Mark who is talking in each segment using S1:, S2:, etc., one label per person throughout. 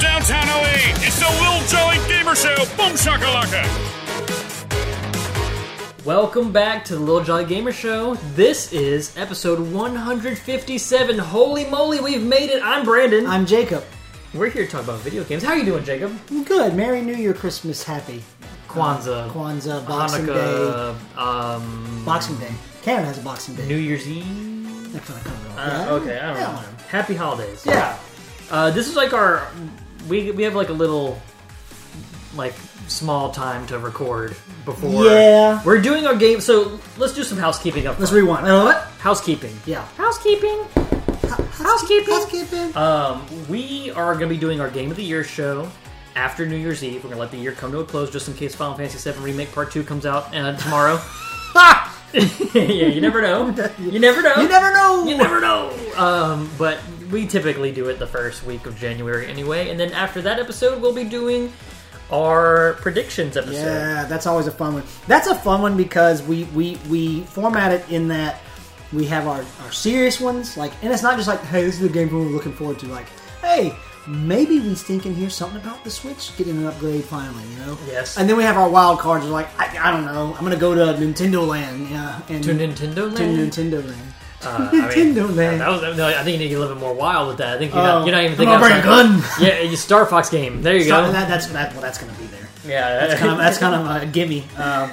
S1: downtown LA. It's the Lil Jolly Gamer Show. Boom shakalaka.
S2: Welcome back to the Little Jolly Gamer Show. This is episode 157. Holy moly, we've made it! I'm Brandon.
S3: I'm Jacob.
S2: We're here to talk about video games. How you doing, Jacob?
S3: Good. Merry New Year, Christmas, Happy
S2: Kwanzaa,
S3: Kwanzaa, Boxing Day,
S2: Hanukkah, um,
S3: Boxing Day. Canada has a Boxing Day.
S2: New Year's Eve.
S3: That's not coming up.
S2: Uh,
S3: Yeah.
S2: okay, I don't
S3: Yeah.
S2: know. Happy holidays.
S3: Yeah.
S2: Uh, this is like our we we have like a little like small time to record before.
S3: Yeah.
S2: We're doing our game, so let's do some housekeeping up.
S3: Let's
S2: front.
S3: rewind. Uh, what?
S2: housekeeping.
S3: Yeah.
S2: Housekeeping. Housekeeping.
S3: Housekeeping.
S2: Um, we are going to be doing our Game of the Year show after New Year's Eve. We're going to let the year come to a close just in case Final Fantasy VII Remake Part 2 comes out uh, tomorrow.
S3: Ah!
S2: yeah, you never know. You never know.
S3: You never know.
S2: You never know. Um, but we typically do it the first week of January anyway. And then after that episode, we'll be doing our predictions episode.
S3: Yeah, that's always a fun one. That's a fun one because we we we format it in that we have our our serious ones, like, and it's not just like, hey, this is the game we're looking forward to. Like, hey, maybe we think in here something about the Switch getting an upgrade finally, you know?
S2: Yes.
S3: And then we have our wild cards, like, I, I don't know, I'm gonna go to Nintendo Land, yeah, and
S2: To Nintendo Land.
S3: to Nintendo Land.
S2: Uh,
S3: Nintendo Land.
S2: That was, no, I think you need to get a little bit more wild with that. I think you're,
S3: Oh,
S2: not, you're not even
S3: I'm
S2: thinking
S3: gonna bring a
S2: outside-
S3: gun.
S2: Yeah, you Star Fox game. There you
S3: So
S2: go.
S3: that, that's that. Well, that's gonna be there.
S2: yeah,
S3: That's kind of, that's kind of a gimme. Um,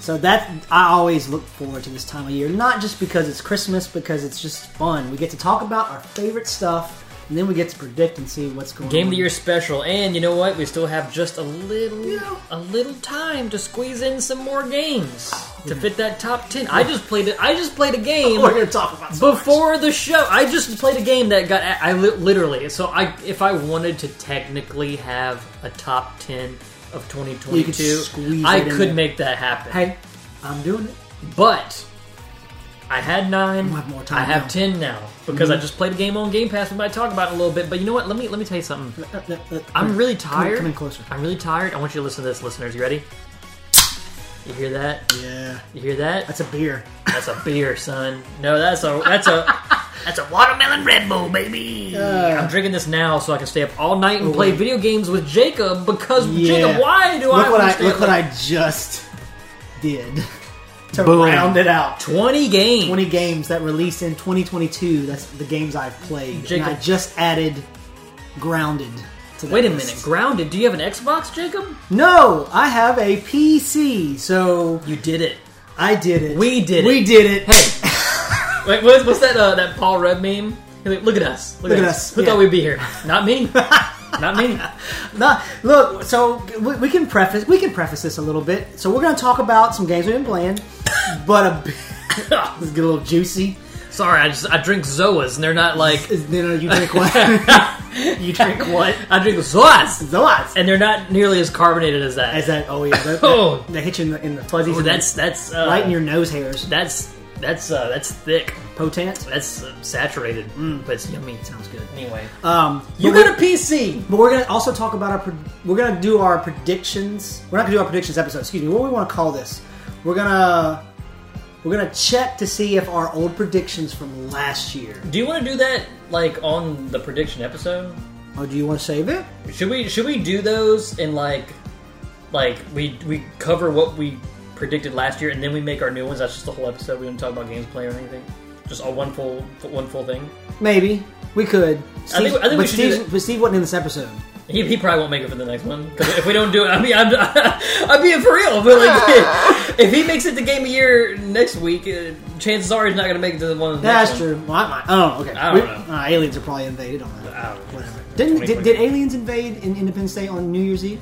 S3: so that I always look forward to this time of year, not just because it's Christmas, because it's just fun. We get to talk about our favorite stuff, and then we get to predict and see what's going.
S2: Game
S3: on.
S2: of the Year special, and you know what? We still have just a little,
S3: Yeah.
S2: a little time to squeeze in some more games to fit that top ten. I just played it. I just played a game
S3: We're going to talk about Oh, so much.
S2: before the show. I just played a game that got. I li- literally. So I, if I wanted to technically have a top ten of 2022,
S3: squeeze
S2: I
S3: it in
S2: could
S3: there.
S2: make that happen.
S3: Hey, I'm doing it.
S2: But I had nine.
S3: We'll have more time
S2: I have
S3: now. Mm-hmm.
S2: ten now because I just played a game on Game Pass. We might talk about it in a little bit. But you know what? Let me let me tell you something.
S3: Uh, uh, uh,
S2: I'm really
S3: come,
S2: tired.
S3: come in closer.
S2: I'm really tired. I want you to listen to this, listeners. You ready? You hear that?
S3: Yeah,
S2: You hear that?
S3: that's a beer.
S2: That's a beer, son. No, that's a that's a that's a watermelon Red Bull, baby.
S3: Uh.
S2: I'm drinking this now so I can stay up all night and play video games with Jacob because
S3: Yeah.
S2: Jacob, why do
S3: look
S2: I
S3: what
S2: wanna
S3: I
S2: stay
S3: look
S2: up
S3: what
S2: late?
S3: I just did to
S2: Boom.
S3: round it out.
S2: twenty games
S3: 20 games that released in 2022. That's the games I've played.
S2: Jacob-
S3: And I just added Grounded. To that
S2: Wait a
S3: list.
S2: minute, grounded. Do you have an Xbox, Jacob?
S3: No, I have a PC, so
S2: You did it.
S3: I did it.
S2: We did
S3: We
S2: it.
S3: did it.
S2: Hey, wait, what's, what's that? Uh, that Paul Rudd meme? He's like, look at us. Look, at us. Who
S3: yeah.
S2: thought we'd be here? Not me. Not me.
S3: Nah, look, so we, we can preface we can preface this a little bit. So we're going to talk about some games we've been playing, but a, let's get a little juicy.
S2: Sorry, I just I drink Zoas and they're not like
S3: Is- No, no, you drink what? you drink what?
S2: I drink Zoas
S3: Zots.
S2: and they're not nearly as carbonated as that.
S3: Is that oh yeah? That,
S2: Oh.
S3: that, that hit you in the, in the fuzzies.
S2: Ooh,
S3: and
S2: that's that's uh,
S3: right in your nose hairs.
S2: that's that's uh, that's thick.
S3: Potent.
S2: That's uh, saturated,
S3: Mm.
S2: but it's yummy. It sounds good. Uh, Anyway,
S3: Um,
S2: you
S3: but,
S2: got a PC.
S3: but we're gonna also talk about our. Pre- we're gonna do our predictions. We're not gonna do our predictions episode. Excuse me. What do we want to call this? We're gonna we're gonna check to see if our old predictions from last year.
S2: Do you want to do that like on the prediction episode?
S3: Oh, do you want to save it?
S2: Should we should we do those in like like we we cover what we predicted last year and then we make our new ones? That's just the whole episode. We don't talk about games play or anything. Just all one full one full thing.
S3: Maybe we could.
S2: I think- I think we
S3: but,
S2: should do
S3: Steve,
S2: that.
S3: but Steve wasn't in this episode.
S2: He, he probably won't make it for the next one because if we don't do it, I mean, I'm, I'm being for real. But like, if he makes it to game of year next week, uh, chances are he's not going to make it to the one.
S3: That's true. Well, I might. Oh, okay.
S2: I don't know. Ah,
S3: Uh, aliens are probably invaded on that.
S2: Wow.
S3: Whatever. Didn't, did, did aliens invade in Independence Day on New Year's Eve?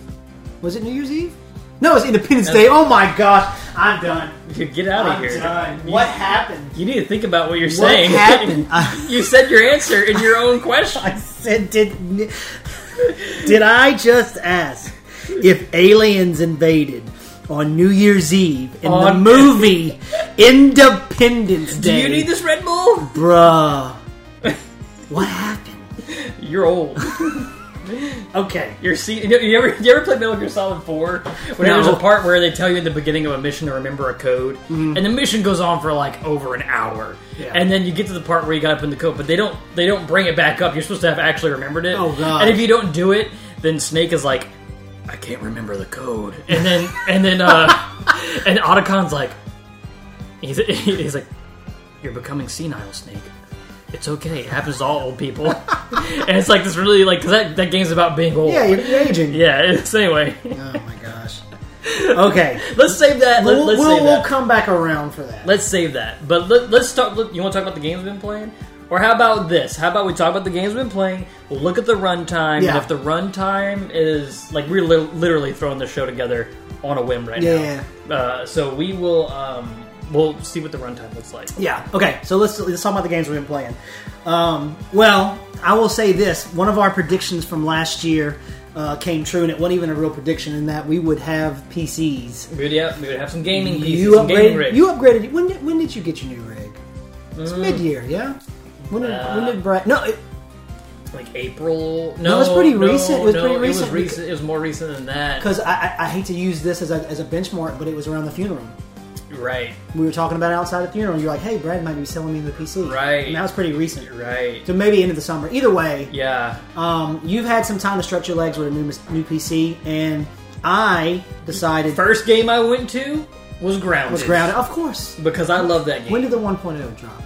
S3: Was it New Year's Eve? No, it was Independence Day. Oh my gosh, I'm done.
S2: Dude, get out of
S3: I'm
S2: here.
S3: done.
S2: You-
S3: What happened?
S2: You need to think about what you're
S3: What
S2: saying.
S3: happened? I,
S2: you said your answer in your own question.
S3: I said, did did I just ask if aliens invaded on New Year's Eve in
S2: On-
S3: the movie Independence
S2: Do
S3: Day?
S2: you need this Red Bull?
S3: bruh? What happened?
S2: You're old.
S3: Okay.
S2: Your scene. You, know, you ever you ever play Metal Gear Solid Four? When
S3: No. Mm-hmm.
S2: there's a part where they tell you in the beginning of a mission to remember a code, and the mission goes on for like over an hour,
S3: Yeah.
S2: and then you get to the part where you got to put in the code, but they don't they don't bring it back up. You're supposed to have actually remembered it.
S3: Oh, God.
S2: And if you don't do it, then Snake is like, I can't remember the code, and then and then uh, and Otacon's like, he's he's like, you're becoming senile, Snake. It's okay. It happens to all old people, and it's like this really like 'cause that that game's about being old.
S3: Yeah, you're you're aging.
S2: Yeah, it's anyway.
S3: Oh my gosh. Okay.
S2: Let's save that. Let,
S3: we'll
S2: us
S3: we'll,
S2: save
S3: we'll
S2: that.
S3: come back around for that.
S2: let's save that. But let, let's talk. Let, you want to talk about the games we've been playing, or how about this? How about we talk about the games we've been playing? We'll look at the runtime,
S3: Yeah.
S2: and if the runtime is like we're li- literally throwing the show together on a whim right
S3: Yeah.
S2: now. Uh, so we will. Um, we'll see what the runtime looks like.
S3: Yeah. Okay. So let's let's talk about the games we've been playing. Um, well, I will say this: one of our predictions from last year uh, came true, and it wasn't even a real prediction in that we would have PCs.
S2: We would, yeah, we would have some gaming pieces,
S3: you
S2: some gaming
S3: upgraded.
S2: rigs. Mm.
S3: You upgraded. When did, when did you get your new rig? It's mid year, yeah. When did,
S2: Uh,
S3: when did Brad? No, it,
S2: like April. No,
S3: it's pretty
S2: no,
S3: recent. It was
S2: no,
S3: pretty
S2: It was
S3: recent.
S2: recent. It was more recent than that.
S3: because I, I, I hate to use this as a, as a benchmark, but it was around the funeral.
S2: Right,
S3: We were talking about it outside the funeral. and You're like, hey, Brad might be selling me the PC,
S2: Right.
S3: And that was pretty recent,
S2: right.
S3: So maybe into the summer. Either way,
S2: Yeah,
S3: Um, you've had some time to stretch your legs with a new new PC, and I decided
S2: First game I went to was Grounded.
S3: was grounded. Of course.
S2: Because I love that game.
S3: When did the 1.0 drop?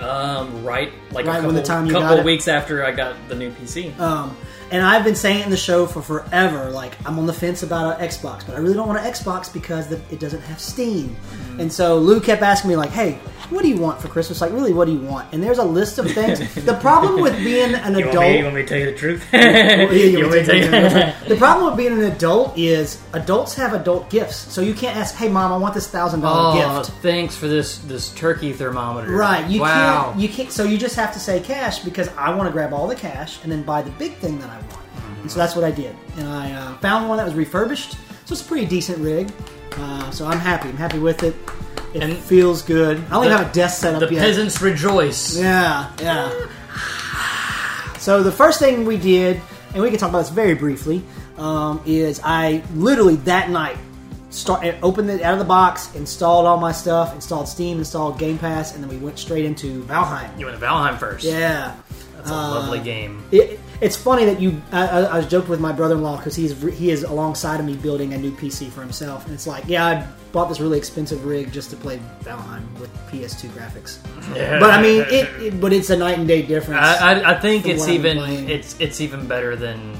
S2: um, right, like a
S3: Right when
S2: couple,
S3: the time you
S2: couple
S3: got it?
S2: weeks after I got the new PC.
S3: Um, and I've been saying it in the show for forever. Like I'm on the fence about an Xbox, but I really don't want an Xbox because the, it doesn't have Steam.
S2: Mm-hmm.
S3: And so Lou kept asking me like, "Hey, what do you want for Christmas? Like, really, what do you want?" And there's a list of things. the problem with being an
S2: you,
S3: adult.
S2: want me, you want me to tell you the truth?
S3: Yeah, you
S2: You
S3: would
S2: want me
S3: take
S2: to tell you-
S3: it. The problem with being an adult is adults have adult gifts, so you can't ask, "Hey, mom, I want this thousand dollar
S2: Oh,
S3: gift."
S2: thanks for this this turkey thermometer.
S3: Right. You
S2: wow.
S3: can't. You can't. So you just have to say cash because I want to grab all the cash and then buy the big thing that I want. And so that's what I did. And I uh, found one that was refurbished, so it's a pretty decent rig. Uh, so I'm happy. I'm happy with it. It
S2: And
S3: feels good. I only
S2: the-
S3: have a desk set up
S2: the
S3: yet.
S2: peasants rejoice.
S3: Yeah, yeah. So the first thing we did, and we can talk about this very briefly, um, is I literally that night start opened it out of the box, installed all my stuff, installed Steam, installed Game Pass, and then we went straight into Valheim.
S2: You went to Valheim first.
S3: Yeah.
S2: That's a lovely game.
S3: It, it's funny that you. I, I, I was joking with my brother-in-law because he's re- he is alongside of me building a new PC for himself, and it's like, yeah, I bought this really expensive rig just to play Valheim with PS2 graphics. But I mean, it, it but it's a night and day difference.
S2: I, I, I think
S3: from
S2: it's
S3: what I've been
S2: even
S3: playing.
S2: it's it's even better than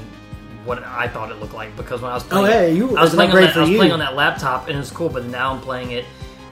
S2: what I thought it looked like because when I was
S3: Oh,
S2: playing,
S3: hey, you-
S2: I was
S3: it's an
S2: playing on
S3: upgrade
S2: that,
S3: for
S2: I was
S3: you.
S2: playing on that laptop and it's cool, but now I'm playing it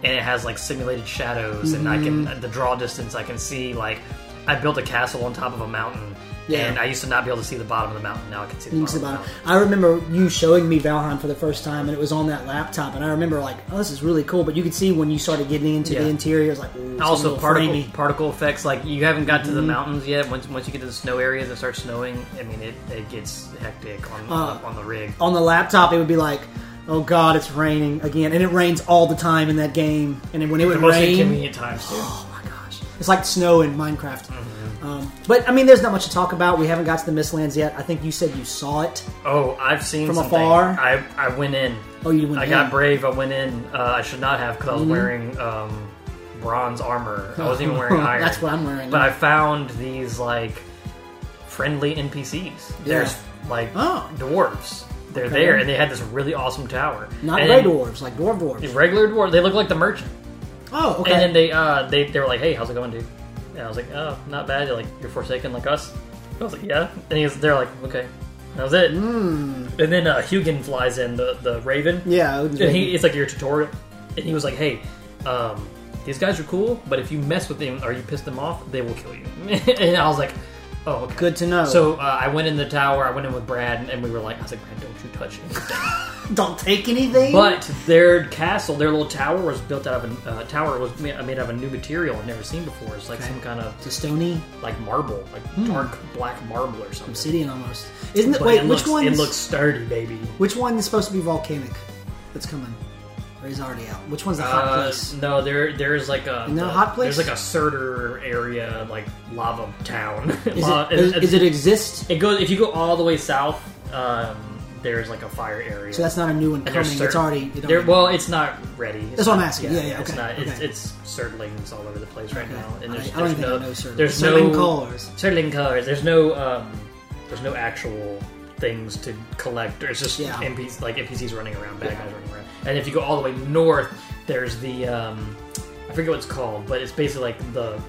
S2: and it has like simulated shadows and I can
S3: Mm-hmm.
S2: at the draw distance I can see like I built a castle on top of a mountain
S3: Yeah.
S2: and I used to not be able to see the bottom of the mountain now I can see the
S3: Things
S2: bottom.
S3: about
S2: Of
S3: it. I remember you showing me Valheim for the first time, and it was on that laptop, and I remember like, oh, this is really cool. But you could see when you started getting into the
S2: Yeah.
S3: interior, it was like, ooh, it's
S2: the mountain. Also,
S3: a Mm-hmm.
S2: particle
S3: particle.
S2: particle effects like you haven't got to the mountains yet. Once once you get to the snow areas and it starts snowing, I mean it, it gets hectic on, on,
S3: Uh,
S2: the, on the rig.
S3: On the laptop, it would be like, oh god, it's raining again, and it rains all the time in that game. And then when it would
S2: Most
S3: rain,
S2: inconvenient times too.
S3: oh my gosh, it's like snow in Minecraft.
S2: Mm-hmm.
S3: Um, but I mean, there's not much to talk about. We haven't got to the Mistlands yet. I think you said you saw it.
S2: Oh, I've seen
S3: From
S2: something.
S3: afar?
S2: I, I went in.
S3: Oh, you went
S2: I
S3: in. Mm-hmm.
S2: got brave. I went in. Uh, I should not have because I was wearing um, bronze armor. I wasn't even wearing iron.
S3: That's what I'm wearing.
S2: But I found these like friendly NPCs. There's like
S3: Oh.
S2: dwarves. They're
S3: Okay.
S2: there, and they had this really awesome tower.
S3: Not
S2: and
S3: gray dwarves, like dwarf
S2: the
S3: dwarves.
S2: Regular dwarf. They look like the merchant.
S3: Oh, okay.
S2: And then they uh they, they were like, hey, how's it going, dude? And I was like, oh, not bad. They're like, you're forsaken like us. I was like, yeah. And he was, they're like, okay. And that was it. And then uh, Hugin flies in the the raven.
S3: Hmm. yeah, it was
S2: And he it's like your tutorial. And he was like, hey, um, these guys are cool, but if you mess with them or you piss them off, they will kill you. and I was like, oh, okay.
S3: good to know.
S2: So uh, I went in the tower. I went in with Brad, and we were like, I was like, Brad, don't you touch anything.
S3: don't take anything.
S2: But their castle, their little tower was built out of a uh, tower was ma- made out of a new material I've never seen before. It's like some kind of
S3: to stony
S2: like marble, like dark black marble or something.
S3: obsidian almost. Isn't it?
S2: But
S3: Hmm. Wait,
S2: it
S3: which
S2: looks,
S3: one?
S2: It looks sturdy, baby.
S3: Which one is supposed to be volcanic? That's coming. Or is it already out? Which one's the hot
S2: Uh,
S3: place?
S2: no, there there is like a
S3: Isn't that a hot place?
S2: There's like a Surtur area, like lava town.
S3: Is
S2: La-
S3: it, does, does it exist?
S2: It goes if you go all the way south. Um, there's like a fire area.
S3: So that's not a new one
S2: And
S3: coming.
S2: there's
S3: It's
S2: Sur-
S3: already. It
S2: there.
S3: already
S2: Well, it's not ready. It's
S3: That's what I'm
S2: not-
S3: asking. Yeah, yeah,
S2: It's
S3: okay,
S2: not. It's,
S3: okay.
S2: it's Sirtlings all over the place right
S3: Okay.
S2: now. And
S3: I-
S2: there's,
S3: I don't
S2: there's
S3: think I
S2: no,
S3: know Sirtlings.
S2: There's
S3: Sirtling
S2: no
S3: colours.
S2: Sirtling colors. There's no. Um, there's no actual things to collect. There's just
S3: Yeah.
S2: NPCs, like NPCs running around, bad guys running around. And if you go all the way north, there's the. Um, I forget what it's called, but it's basically like the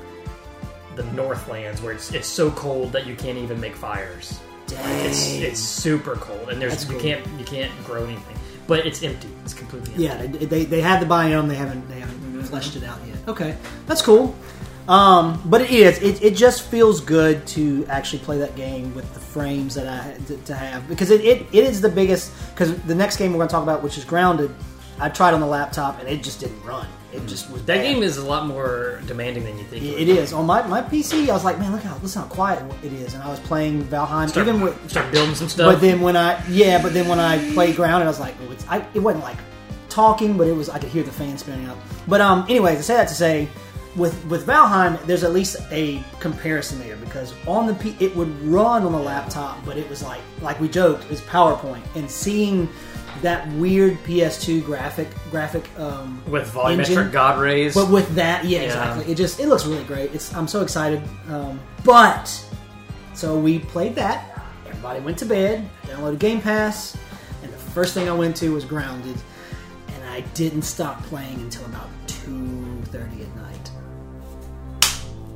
S2: the Northlands where it's it's so cold that you can't even make fires.
S3: Dang.
S2: It's it's super cold, and there's
S3: That's
S2: you
S3: cool.
S2: can't you can't grow anything. But it's empty. It's completely empty.
S3: yeah, they, they, they had the biome. They haven't they haven't fleshed it out yet. Okay, that's cool. Um, but it is. It, it just feels good to actually play that game with the frames that I had to, to have because it, it, it is the biggest. Because the next game we're going to talk about, which is Grounded, I tried on the laptop and it just didn't run. It just was
S2: That
S3: bad.
S2: game is a lot more demanding than you think.
S3: It
S2: would
S3: it
S2: be.
S3: is on my, my PC. I was like, man, look how listen how quiet it is. And I was playing Valheim
S2: Start,
S3: even with
S2: start building some stuff.
S3: But then when I yeah, but then when I played ground, I was like, oh, it's, I, it wasn't like talking, but it was I could hear the fan spinning up. But um, anyways, I say that to say, with with Valheim, there's at least a comparison there because on the P, it would run on the laptop, but it was like like we joked, it was PowerPoint, and seeing that weird PS2 graphic graphic um,
S2: with volumetric
S3: engine-
S2: god rays.
S3: but with that, yeah,
S2: Yeah.
S3: exactly. It just it looks really great. It's I'm so excited. Um, but so we played that. Everybody went to bed, downloaded Game Pass, and the first thing I went to was Grounded, and I didn't stop playing until about two thirty at night.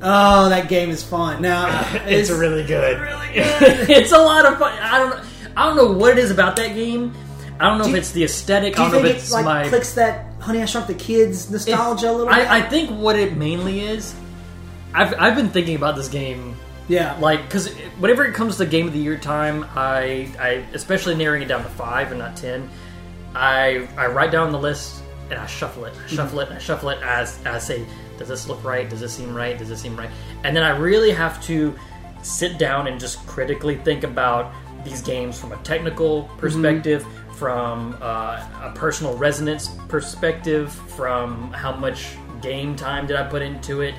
S3: Oh, that game is fun. Now
S2: it's, really good. Really good. it's a lot of fun. I don't. I don't know what it is about that game. I don't know
S3: Do you-
S2: if it's the aesthetic.
S3: Do
S2: I
S3: you
S2: don't know
S3: think
S2: if
S3: it
S2: it's
S3: like
S2: my
S3: clicks that Honey I Shrunk the Kids nostalgia a little? bit?
S2: I, I think what it mainly is. I've I've been thinking about this game
S3: yeah,
S2: like because whenever it comes to game of the year time i i especially narrowing it down to five and not ten i i write down the list and i shuffle it i shuffle it i shuffle it as i say does this look right does this seem right does this seem right and then i really have to sit down and just critically think about these games from a technical perspective from uh, a personal resonance perspective from how much game time did i put into it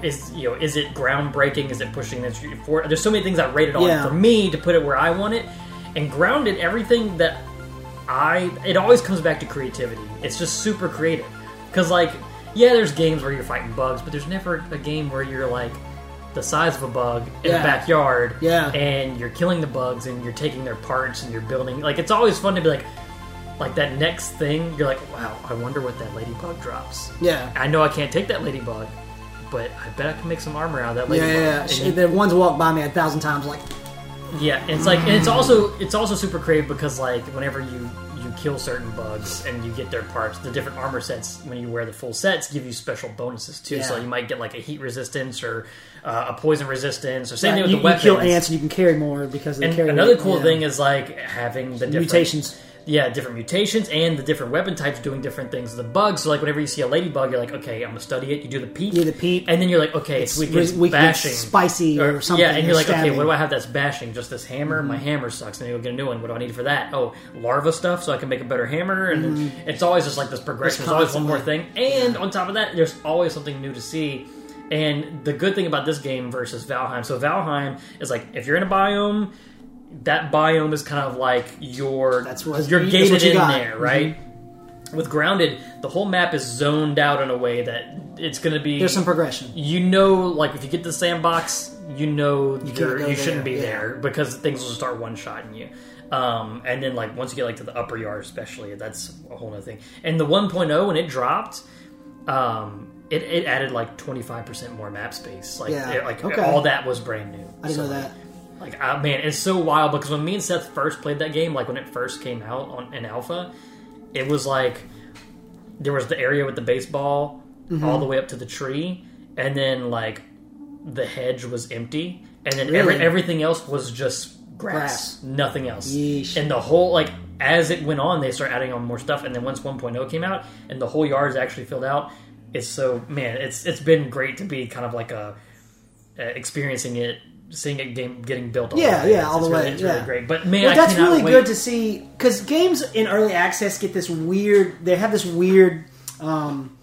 S2: is you know is it groundbreaking is it pushing this forward there's so many things i rated on
S3: Yeah.
S2: for me to put it where i want it and grounded everything that i it always comes back to creativity it's just super creative because like yeah there's games where you're fighting bugs but there's never a game where you're like the size of a bug in
S3: Yeah.
S2: a backyard
S3: Yeah.
S2: and you're killing the bugs and you're taking their parts and you're building like it's always fun to be like like that next thing you're like wow i wonder what that ladybug drops
S3: yeah.
S2: I know I can't take that ladybug, but I bet I can make some armor out of that
S3: Yeah,
S2: ladybug.
S3: yeah,
S2: And
S3: yeah.
S2: you-
S3: The ones walk by me a thousand times, like
S2: yeah, and it's like, and it's also it's also super creative because like whenever you you kill certain bugs and you get their parts, the different armor sets when you wear the full sets give you special bonuses too. So
S3: Yeah.
S2: you might get like a heat resistance or uh, a poison resistance or same
S3: Yeah,
S2: thing with
S3: you,
S2: the
S3: you
S2: weapons.
S3: kill ants and you can carry more because they
S2: And
S3: carry
S2: another
S3: weight,
S2: cool
S3: yeah.
S2: thing is like having the different
S3: Mutations.
S2: Yeah, different mutations and the different weapon types doing different things to the bug. So like whenever you see a ladybug, you're like, okay, I'm gonna study it. You do the peep,
S3: Yeah, the peep.
S2: and then you're like, okay, it's wicked,
S3: re-
S2: it's
S3: wicked
S2: bashing,
S3: spicy or something, Mm-hmm.
S2: Yeah, and you're
S3: or
S2: like, okay,
S3: stabbing.
S2: what do I have that's bashing? Just this hammer. My hammer sucks, and then you'll get a new one. What do I need for that? Oh, larva stuff, so I can make a better hammer. And then it's always just like this progression.
S3: It's
S2: There's always one more
S3: Mm-hmm. constantly-
S2: thing, and on top of that, there's always something new to see. And the good thing about this game versus Valheim, so Valheim is like if you're in a biome, that biome is kind of like your
S3: That's what-
S2: you're
S3: that's
S2: gated
S3: what you
S2: in
S3: got. Mm-hmm.
S2: there, right? With grounded, the whole map is zoned out in a way that it's going to be
S3: There's some progression.
S2: you know, like if you get to the sandbox, you know you're- you,
S3: go
S2: shouldn't
S3: there,
S2: be
S3: yeah.
S2: there because things will start one shotting you. Um, and then like once you get like to the upper yard, especially that's a whole other thing. And the 1.0 when it dropped, um, it, it added like 25 percent more map space. Like
S3: Yeah.
S2: it- like
S3: Okay.
S2: all that was brand new.
S3: I didn't
S2: So,
S3: know that.
S2: Like ah, man, it's so wild because when me and Seth first played that game, like when it first came out on in alpha, it was like there was the area with the baseball
S3: Mm-hmm.
S2: all the way up to the tree, and then like the hedge was empty, and then every,
S3: Really?
S2: everything else was just grass,
S3: Grass.
S2: nothing else.
S3: Yeesh.
S2: And the whole like as it went on, they started adding on more stuff, and then once 1.0 came out, and the whole yard is actually filled out. It's so man, it's it's been great to be kind of like a uh, experiencing it seeing a game getting built. All
S3: Yeah,
S2: the way.
S3: yeah, all
S2: It's
S3: the
S2: really-
S3: way,
S2: It's really
S3: yeah.
S2: great. But man,
S3: well,
S2: I
S3: that's
S2: cannot
S3: really
S2: wait.
S3: good to see because games in early access get this weird. They have this weird. Um,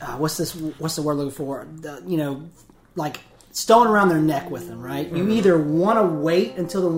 S3: uh, what's this? What's the word looking for? The, you know, like stone around their neck with them, right?
S2: Mm-hmm.
S3: You either want to wait until the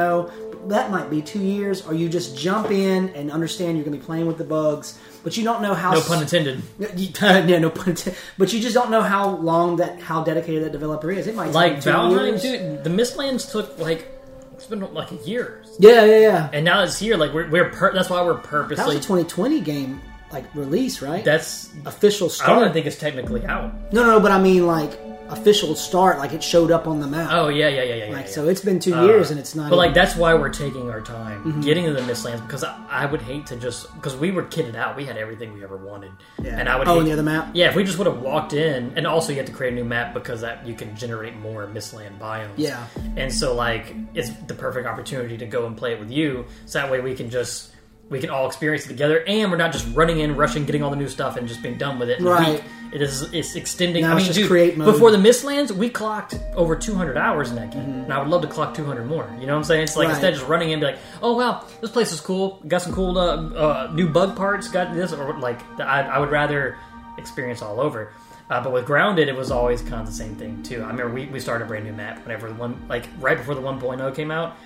S3: 1.0, that might be two years, or you just jump in and understand you're going to be playing with the bugs, but you don't know how.
S2: no
S3: s-
S2: pun intended.
S3: You- yeah, no pun intended. But you just don't know how long that, how dedicated that developer is. It might
S2: Like
S3: take two
S2: Valheim,
S3: years.
S2: dude, the Mistlands took like it's been like a year,
S3: Yeah, yeah, yeah.
S2: and now it's here. Like we're, we're pur- that's why we're
S3: That was
S2: purposely.
S3: a 2020 game, like release, right?
S2: that's
S3: official
S2: I don't even
S3: start.
S2: think it's technically out.
S3: no, no, but I mean like official start, like it showed up on the map.
S2: Oh yeah, yeah, yeah, yeah. yeah,
S3: like
S2: yeah.
S3: so, it's been two years and it's not.
S2: But like
S3: even-
S2: that's why we're taking our time
S3: Mm-hmm.
S2: getting to the Mistlands because I, I would hate to just because we were kitted out, we had everything we ever wanted,
S3: Yeah.
S2: and I would
S3: Oh,
S2: hate
S3: and the other map?
S2: Yeah, if we just would have walked in, and also you have to create a new map because that you can generate more Mistland biomes.
S3: Yeah.
S2: and so like it's the perfect opportunity to go and play it with you, so that way we can just. We can all experience it together, and we're not just running in, rushing, getting all the new stuff, and just being done with it. in a
S3: Right.
S2: week. It is. It's extending.
S3: Now
S2: I mean,
S3: it's just
S2: dude,
S3: create mode.
S2: before the Mistlands, we clocked over 200 hours in that game, and I would love to clock 200 more. You know what I'm saying? It's like
S3: Mm-hmm. Right.
S2: instead of just running in, and be like, "Oh wow, this place is cool. Got some cool uh, uh, new bug parts. Got this," or like I, I would rather experience all over. Uh, but with Grounded, it was always kind of the same thing too. I remember we, we started a brand new map whenever the one like right before the 1.0 came out.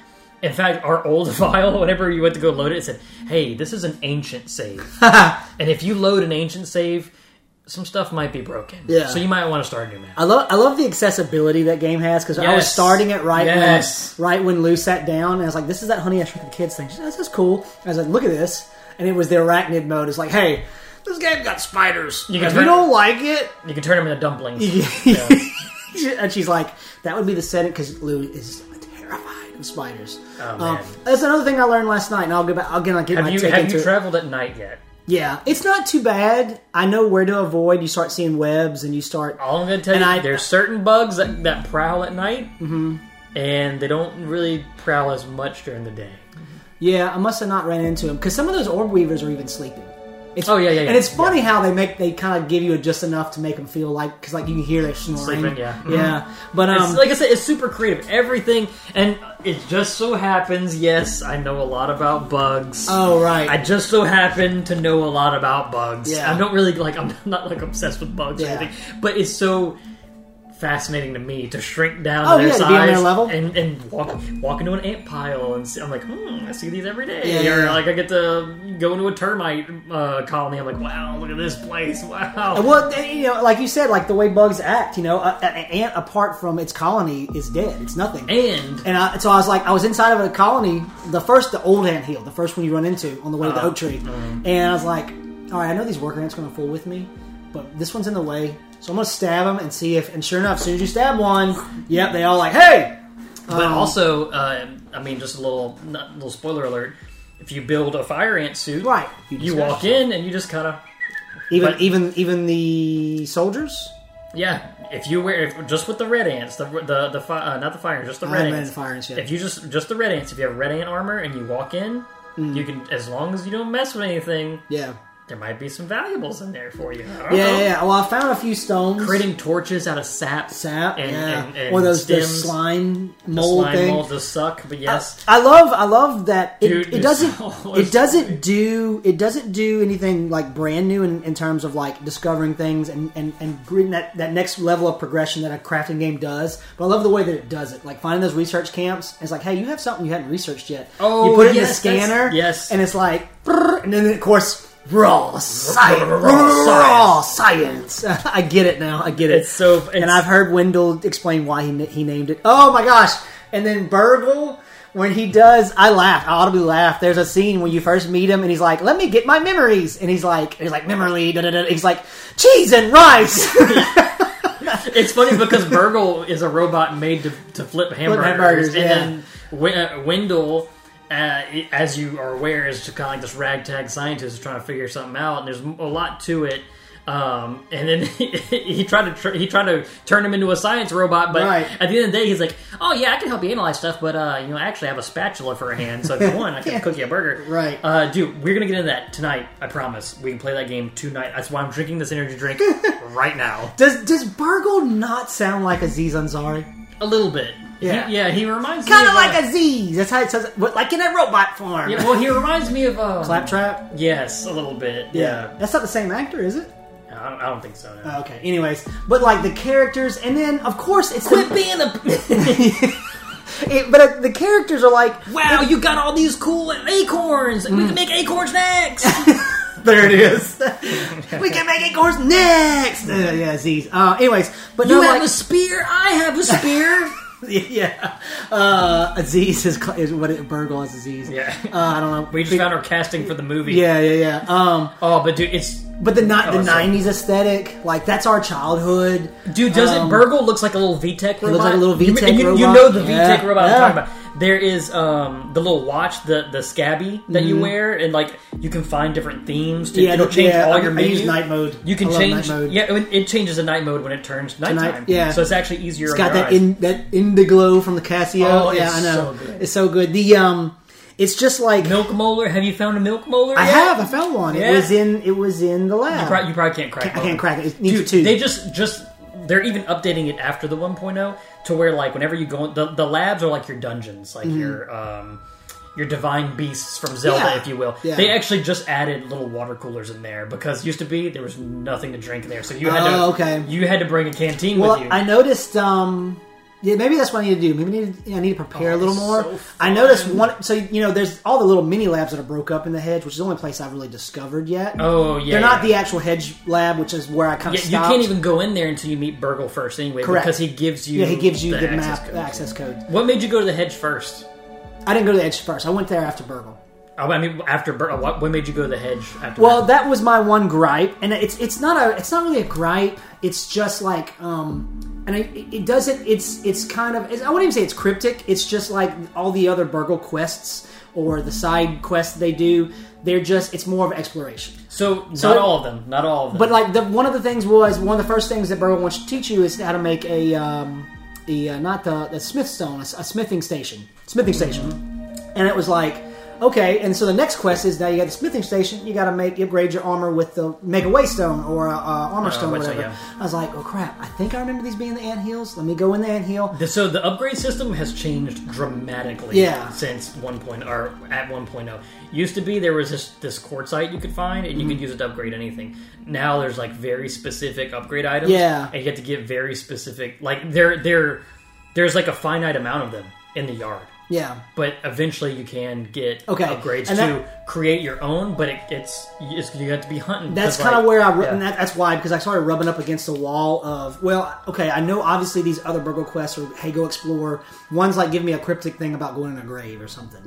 S2: In fact, our old file, whenever you went to go load it, it said, "Hey, this is an ancient save." And if you load an ancient save, some stuff might be broken.
S3: Yeah.
S2: So you might want to start a new map.
S3: I love I love the accessibility that game has because I was
S2: Yes.
S3: starting it right
S2: Yes.
S3: when right when Lou sat down and I was like, "This is that Honey I Shrunk the Kids thing." She said, "This is cool." I was like, "Look at this," and it was the arachnid mode. It's like, "Hey, this game got spiders.
S2: got
S3: If you
S2: spiders.
S3: don't like it,
S2: You can turn them into dumplings.
S3: and she's like, "That would be the setting because Lou is terrified of spiders."
S2: Oh, man.
S3: Um, that's another thing I learned last night, and I'll get back. I'll get. I'll get my
S2: have you
S3: take
S2: have
S3: into
S2: you
S3: it.
S2: traveled at night yet?
S3: yeah, it's not too bad. I know where to avoid. You start seeing webs, and you start.
S2: All I'm going to tell
S3: And
S2: you,
S3: I- Mm-hmm.
S2: there's certain bugs that, that prowl at night, and they don't really prowl as much during the day.
S3: Yeah, I must have not ran into him because some of those orb weavers are even sleeping. It's,
S2: Oh, yeah, yeah,
S3: And it's
S2: yeah.
S3: funny how they make they kind of give you just enough to make them feel like because like you can hear their snoring.
S2: Sleeping, yeah. Mm-hmm.
S3: yeah. But um,
S2: it's, like I said, it's super creative. Everything, and it just so happens. Yes, I know a lot about bugs.
S3: oh right,
S2: I just so happen to know a lot about bugs.
S3: Yeah.
S2: I don't really like. I'm not like obsessed with bugs
S3: Yeah.
S2: or anything, but it's so fascinating to me to shrink down
S3: Oh,
S2: to their
S3: yeah, to
S2: size
S3: be on their level.
S2: and and walk walk into an ant pile and see, I'm like, hmm, I see these every day.
S3: Yeah, yeah,
S2: or
S3: yeah.
S2: like I get to go into a termite uh, colony. I'm like, wow, look at this place. Wow.
S3: Well, th- you know, like you said, like the way bugs act, you know, a- a- an ant apart from its colony is dead. It's nothing.
S2: And
S3: And I, so I was like, I was inside of a colony, the first, the old ant hill, the first one you run into on the way to the
S2: Uh-huh.
S3: oak tree. And I was like, all right, I know these worker ants going to fool with me, but this one's in the way. So I'm going to stab them and see if, and sure enough, as soon as you stab one, yep, they all like, hey!
S2: But also, uh, I mean, just a little not, little spoiler alert. If you build a fire ant suit,
S3: Right.
S2: You,
S3: just got
S2: walk
S3: shot.
S2: in and you just kind of
S3: Even,
S2: but-
S3: even, even the soldiers?
S2: yeah. If you wear if, just with the red ants, the the the fi- uh, not the fire, ants, just the
S3: I
S2: red
S3: haven't been
S2: ants.
S3: in fire ants yet.
S2: If you just just the red ants, if you have red ant armor and you walk in,
S3: Mm.
S2: you can as long as you don't mess with anything,
S3: Yeah.
S2: there might be some valuables in there for you. I don't
S3: Yeah,
S2: know.
S3: yeah, yeah. Well, I found a few stones.
S2: Creating torches out of sap,
S3: sap,
S2: and,
S3: yeah.
S2: and, and
S3: or those,
S2: stems,
S3: those slime mold
S2: slime
S3: thing. Uh,
S2: mold does suck. But yes,
S3: I love, I love that it,
S2: Dude,
S3: it
S2: it's
S3: doesn't,
S2: so
S3: it doesn't do, it doesn't do anything like brand new in, in terms of like discovering things and and and bring that that next level of progression that a crafting game does. But I love the way that it does it. Like finding those research camps, it's like, hey, you have something you hadn't researched yet.
S2: Oh,
S3: you put it in the
S2: yes, that's-
S3: scanner,
S2: yes.
S3: and it's like, brrr, and then of course. Raw science,
S2: Raw
S3: raw science. I get it now. I get it.
S2: It's so- it's-
S3: and I've heard Wendell explain why he, he named it. Oh my gosh! And then Burgle, when he does, I laugh. I audibly laugh. There's a scene when you first meet him, and he's like, "Let me get my memories," and he's like, "He's like memory." Da, da, da. He's like, "Cheese and rice."
S2: It's funny because Burgle is a robot made to, to flip hamburgers,
S3: hamburgers,
S2: and
S3: yeah.
S2: then w- uh, Wendell, uh, i- as you are aware, is kind of like this ragtag scientist who's trying to figure something out, and there's a lot to it. Um, and then he, he tried to tr- he tried to turn him into a science robot, but
S3: Right.
S2: at the end of the day, he's like, "Oh yeah, I can help you analyze stuff, but uh, you know, I actually have a spatula for a hand, so if you want, I can cook you a burger."
S3: Right.
S2: uh, dude. We're gonna get into that tonight. I promise. We can play that game tonight. That's why I'm drinking this energy drink right now.
S3: does does Burgle not sound like Aziz Ansari?
S2: A little bit.
S3: Yeah.
S2: He, yeah, he reminds me
S3: Kind
S2: of
S3: of like
S2: uh,
S3: a Z. That's how it says. What, like in a robot form.
S2: Yeah, well, he reminds me of uh,
S3: Claptrap.
S2: Yes, a little bit. Yeah,
S3: That's not the same actor, is it?
S2: I, don't, I don't think so. No.
S3: Okay. Anyways, but like the characters, and then of course it's
S2: Quit
S3: the,
S2: being a
S3: it, but it, the characters are like
S2: wow! You got all these cool acorns. We can make acorns next.
S3: there it is. we can make it course next. Uh, yeah, Z's. Uh, anyways, but
S2: you
S3: no,
S2: have
S3: like,
S2: a spear. I have a spear.
S3: yeah. Uh, Aziz is, cl- is what it, Burgle is Aziz.
S2: Yeah.
S3: Uh, I don't know.
S2: we just found our casting for the movie.
S3: Yeah, yeah, yeah. Um,
S2: Oh, but dude, it's
S3: but the not
S2: Oh,
S3: the
S2: so-
S3: nineties aesthetic, like that's our childhood.
S2: dude. Doesn't
S3: Um,
S2: Burgle looks like a little VTech robot?
S3: looks like a little
S2: You-
S3: VTech
S2: and you, You
S3: robot.
S2: know the
S3: Yeah.
S2: VTech robot
S3: Yeah.
S2: I'm talking about. There is um, the little watch, the the scabby that you wear, and like you can find different themes. To,
S3: Mm-hmm. Yeah,
S2: it'll change
S3: yeah,
S2: all
S3: I-
S2: your
S3: I
S2: menus.
S3: use night mode.
S2: You can
S3: I love
S2: change.
S3: night mode.
S2: Yeah, it, it changes the night mode when it turns nighttime.
S3: yeah.
S2: so it's actually easier.
S3: It's
S2: on
S3: got
S2: your
S3: that
S2: eyes.
S3: in that indiglow from the Casio.
S2: Oh,
S3: yeah,
S2: it's
S3: I know.
S2: so good.
S3: It's so good. The um, it's just like
S2: milk molar. Have you found a milk molar?
S3: I
S2: yet?
S3: have. I found one.
S2: Yeah.
S3: It was in. It was in the lab.
S2: You probably, you probably can't crack.
S3: I
S2: molar.
S3: Oh. can't crack it. It needs
S2: Dude,
S3: two.
S2: they just just they're even updating it after the 1.0 to where like whenever you go the, the labs are like your dungeons, like your um your divine beasts from Zelda,
S3: Mm-hmm. Yeah.
S2: if you will.
S3: Yeah.
S2: They actually just added little water coolers in there because used to be there was nothing to drink in there, so you had to
S3: Oh, okay.
S2: you had to bring a canteen with
S3: well,
S2: you.
S3: I noticed. Um, yeah, maybe that's what I need to do. Maybe I need to, I need to prepare a little
S2: it's
S3: more.
S2: Oh, so
S3: I noticed
S2: fun.
S3: one. So you know, there's all the little mini labs that are broke up in the hedge, which is the only place I've really discovered yet.
S2: oh yeah,
S3: they're not
S2: yeah.
S3: the actual hedge lab, which is where I kind
S2: Yeah,
S3: of
S2: you can't even go in there until you meet Burgle first, anyway,
S3: Correct.
S2: because he gives you
S3: Yeah, he gives you the,
S2: access
S3: map
S2: code.
S3: the access code.
S2: What made you go to the hedge first?
S3: I didn't go to the hedge first. I went there after Burgle.
S2: Oh, I mean, after Bur- what, what made you go to the hedge? After
S3: Well, that was my one gripe, and it's it's not a it's not really a gripe. It's just like um, and I, it doesn't. It's it's kind of it's, I wouldn't even say it's cryptic. It's just like all the other Burgle quests or the side quests they do. They're just it's more of exploration.
S2: So not
S3: So-
S2: all of them, not all of them.
S3: But like the one of the things was one of the first things that Burgle wants to teach you is how to make a um, the uh, not the the smith stone a, a smithing station smithing station, and it was like okay. And so the next quest is now you got the smithing station. You got to make upgrade your armor with the make a waystone or a, a armor stone,
S2: Uh, waystone,
S3: whatever.
S2: yeah.
S3: I was like, oh crap! I think I remember these being the ant hills. Let me go in the ant hill.
S2: The- so the upgrade system has changed dramatically
S3: Yeah.
S2: since 1.0 or at 1.0. Used to be there was this this quartzite you could find and you
S3: Mm-hmm.
S2: could use it to upgrade anything. Now there's like very specific upgrade items.
S3: Yeah.
S2: And you have to get very specific like there there there's like a finite amount of them in the yard.
S3: Yeah.
S2: But eventually you can get
S3: Okay,
S2: upgrades
S3: and
S2: to create your own, but it, it's, it's you have to be hunting.
S3: That's
S2: 'cause,
S3: kind of
S2: like,
S3: where I ru-
S2: yeah.
S3: and that, that's why because I started rubbing up against the wall of well, okay, I know obviously these other burgle quests are hey go explore. One's like give me a cryptic thing about going in a grave or something.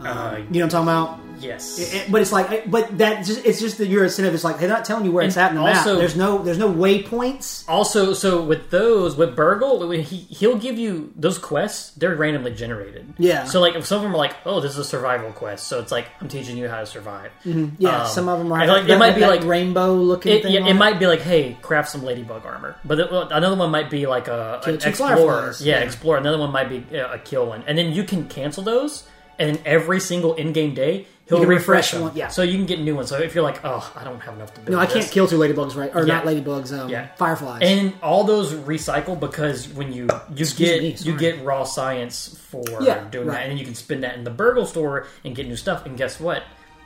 S2: Uh,
S3: You know what I'm talking about?
S2: yes.
S3: It- but it's like, but that just it's just that your incentive is like they're not telling you where it's at in the
S2: also-
S3: map. There's no there's no waypoints.
S2: Also, so with those, with Burgle, when he he'll give you those quests. They're randomly generated.
S3: Yeah.
S2: So like, if some of them are like, "Oh, this is a survival quest," so it's like I'm teaching you how to survive.
S3: Mm-hmm. Yeah,
S2: Um,
S3: some of them are.
S2: I feel like
S3: that-
S2: it might be
S3: that
S2: like
S3: rainbow looking.
S2: It,
S3: thing
S2: yeah,
S3: on
S2: it might be like, "Hey, craft some ladybug armor," but the, well, another one might be like a
S3: Kill
S2: an
S3: two
S2: explorer.
S3: fireflies.
S2: Yeah,
S3: Yeah.
S2: explorer. Another one might be uh, a kill one, and then you can cancel those. And then every single in-game day, he'll
S3: can refresh
S2: refresh, them.
S3: one, yeah.
S2: So you can get new ones. So if you're like, "Oh, I don't have enough to build,"
S3: No, I
S2: this,"
S3: can't kill two ladybugs, right? Or
S2: Yeah.
S3: not ladybugs. Um,
S2: Yeah.
S3: fireflies.
S2: And all those recycle because when you you get
S3: me, sorry.
S2: you get raw science for
S3: Yeah,
S2: doing
S3: right.
S2: that, and then you can spin that in the Burgle store and get new stuff. And guess what?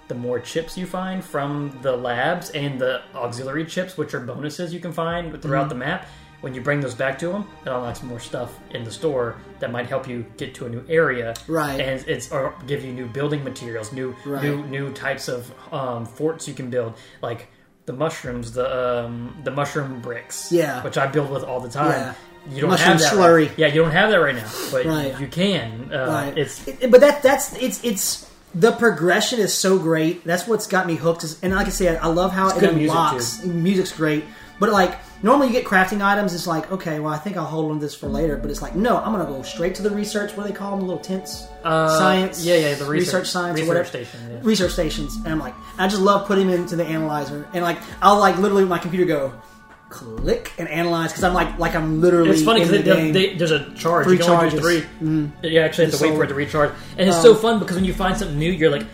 S2: The more chips you find from the labs and the auxiliary chips, which are bonuses you can find
S3: Mm-hmm.
S2: throughout the map, when you bring those back to them, it unlocks more stuff in the store that might help you get to a new area,
S3: Right.
S2: And it's or give you new building materials, new
S3: Right.
S2: new new types of um, forts you can build, like the mushrooms, the um, the mushroom bricks,
S3: Yeah.
S2: which I build with all the time.
S3: Yeah.
S2: You don't
S3: Mushroom
S2: have that
S3: slurry.
S2: Right. Yeah, you don't have that right now, but
S3: Right.
S2: you can. Uh,
S3: Right.
S2: It's
S3: It- but that that's it's it's the progression is so great. That's what's got me hooked. Is, and like I said, I love how it
S2: good music,
S3: unlocks. Music's great, but like normally you get crafting items. It's like okay, well I think I'll hold on to this for later. But it's like no, I'm gonna go straight to the research. What do they call them? The little tents,
S2: uh,
S3: science.
S2: Yeah, yeah, the research,
S3: science
S2: research
S3: or whatever
S2: station. yeah.
S3: research stations, and I'm like, I just love putting them into the analyzer, and like, I'll like literally with my computer go, click and analyze because I'm like, like I'm literally.
S2: It's funny
S3: in the
S2: because
S3: game. Mm.
S2: there's a charge.
S3: Three
S2: you can only do
S3: charges.
S2: three. You actually have to
S3: Just
S2: wait
S3: all- Oh.
S2: for it to recharge, and it's so fun because when you find something new, you're like,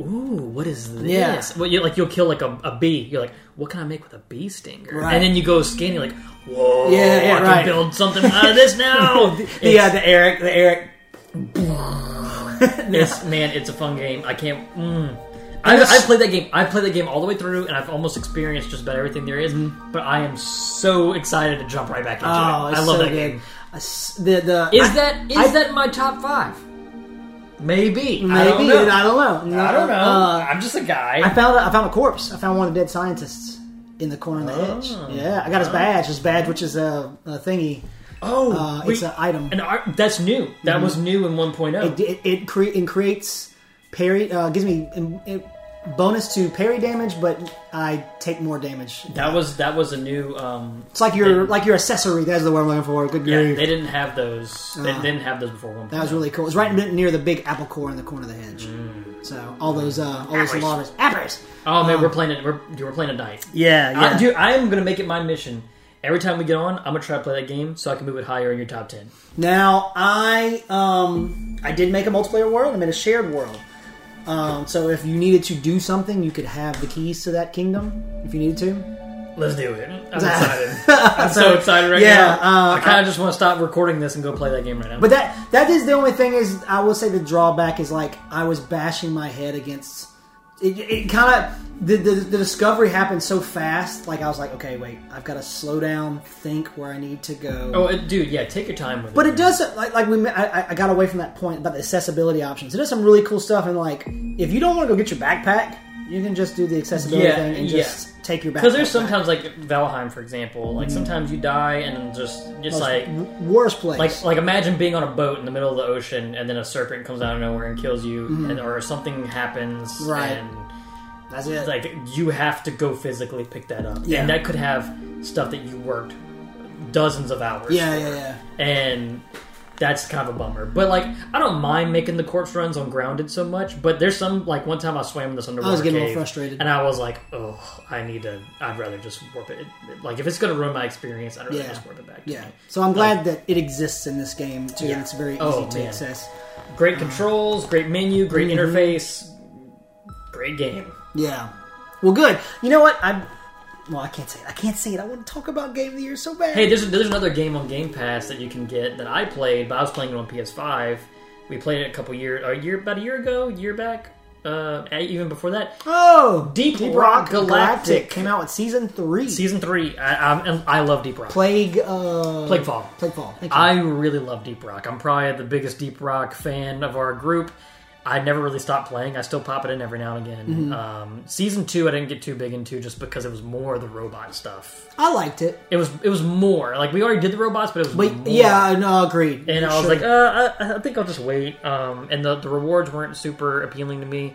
S2: ooh, what is this?
S3: Yeah.
S2: Well, you like you'll kill like a, a bee. You're like, what can I make with a bee stinger?
S3: Right.
S2: And then you go scan. You're like, whoa,
S3: Yeah, yeah,
S2: I
S3: right.
S2: can build something out of this now.
S3: The, uh, the Eric, the Eric.
S2: It's man, it's a fun game. I can't. Mm. I, I
S3: it's-
S2: played that game. I played that game all the way through, and I've almost experienced just about everything there is, But I am so excited to jump right back into
S3: Oh,
S2: it.
S3: it's
S2: I love
S3: so
S2: that
S3: good.
S2: game.
S3: Uh, s- The the
S2: Is
S3: I-
S2: that is
S3: I-
S2: that my top five? Maybe.
S3: maybe
S2: I don't know.
S3: I don't know.
S2: I don't know.
S3: Uh,
S2: I'm just a
S3: I
S2: guy.
S3: found a, I found a corpse. I found one of the dead scientists in the corner of the
S2: Oh.
S3: hedge. Yeah, I got his badge. His badge, which is a, a thingy.
S2: oh,
S3: Uh,
S2: wait. Mm-hmm.
S3: it's an item.
S2: And I- that's new. That was new in oh. 1.0.
S3: It it, it, cre- it creates parry. Uh, gives me um, it, bonus to parry damage, but I take more damage.
S2: That was that was a new. Um,
S3: It's like your like your accessory. That's the word I'm looking for. Good
S2: yeah,
S3: grief.
S2: they didn't have those. They
S3: Uh,
S2: didn't have those before. oh. 1.0.
S3: that was really cool. It was right n- near the big apple core in the corner of the hedge. So all those uh, all those
S2: Mm. Apples.
S3: lavas, apples.
S2: oh man, we're playing it. We're, dude, we're playing it tonight.
S3: Yeah,
S2: I, dude, I am gonna make it my mission. Every time we get on, I'm gonna try to play that game so I can move it higher in your top ten.
S3: Now I um I did make a multiplayer world. I made a shared world. Um, so if you needed to do something, you could have the keys to that kingdom if you needed to.
S2: Let's do it. I'm excited. I'm so excited right
S3: Yeah,
S2: now.
S3: uh,
S2: I kind of just want to stop recording this and go play that game right now.
S3: But that that is the only thing is I will say the drawback is like I was bashing my head against. It, it kind of the, the the discovery happened so fast. Like I was like, okay, wait, I've got to slow down, think where I need to go.
S2: oh, it, dude, yeah, take your time with
S3: But
S2: it.
S3: it does like like we I, I got away from that point about the accessibility options. It does some really cool stuff, and like if you don't want to go get your backpack, you can just do the accessibility
S2: Yeah,
S3: thing and
S2: yeah.
S3: just take your backpack.
S2: Because there's
S3: back.
S2: sometimes like Valheim, for example, like sometimes you die and just it's like
S3: W- worst place.
S2: like like imagine being on a boat in the middle of the ocean and then a serpent comes out of nowhere and kills you, and, or something happens,
S3: Mm-hmm. Right.
S2: And
S3: that's it.
S2: like you have to go physically pick that up,
S3: Yeah.
S2: and that could have stuff that you worked dozens of hours.
S3: yeah,
S2: for.
S3: yeah, yeah.
S2: and that's kind of a bummer. But like, I don't mind making the corpse runs on grounded so much. But there's some like one time I swam in this underwater.
S3: getting a little
S2: cave,
S3: frustrated.
S2: and I was like, oh, I need to. I'd rather just warp it. Like if it's gonna ruin my experience, I'd rather
S3: Yeah.
S2: just warp it back. to
S3: Yeah.
S2: me.
S3: So I'm glad that it exists in this game too. and It's very easy
S2: Oh,
S3: to
S2: man.
S3: access.
S2: Great controls, great menu, great interface, great game.
S3: Yeah. Well, good. You know what? I well, I can't say it. I can't say it. I want to talk about game of the year so bad.
S2: Hey, there's there's another game on Game Pass that you can get that I played, but I was playing it on PS5. We played it a couple years, a year about a year ago, year back, uh, even before that.
S3: oh,
S2: Deep Rock Galactic.
S3: came out with season three.
S2: Season three, I, I, and I love Deep Rock.
S3: Plague. Uh,
S2: Plague Fall.
S3: Plague Fall. Thank you.
S2: I really love Deep Rock. I'm probably the biggest Deep Rock fan of our group. I never really stopped playing. I still pop it in every now and again. Um, season two, I didn't get too big into just because it was more the robot stuff.
S3: I liked it.
S2: It was it was more like we already did the robots, but it was
S3: But
S2: more.
S3: yeah, no, agreed.
S2: And I was
S3: Sure.
S2: like, uh, I, I think I'll just wait. Um, and the, the rewards weren't super appealing to me.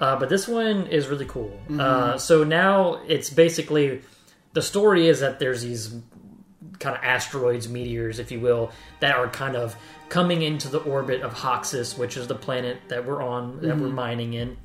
S2: Uh, but this one is really cool.
S3: Mm-hmm.
S2: Uh, so now it's basically the story is that there's these kind of asteroids, meteors, if you will, that are kind of coming into the orbit of Hoxus, which is the planet that we're on, that we're mining in.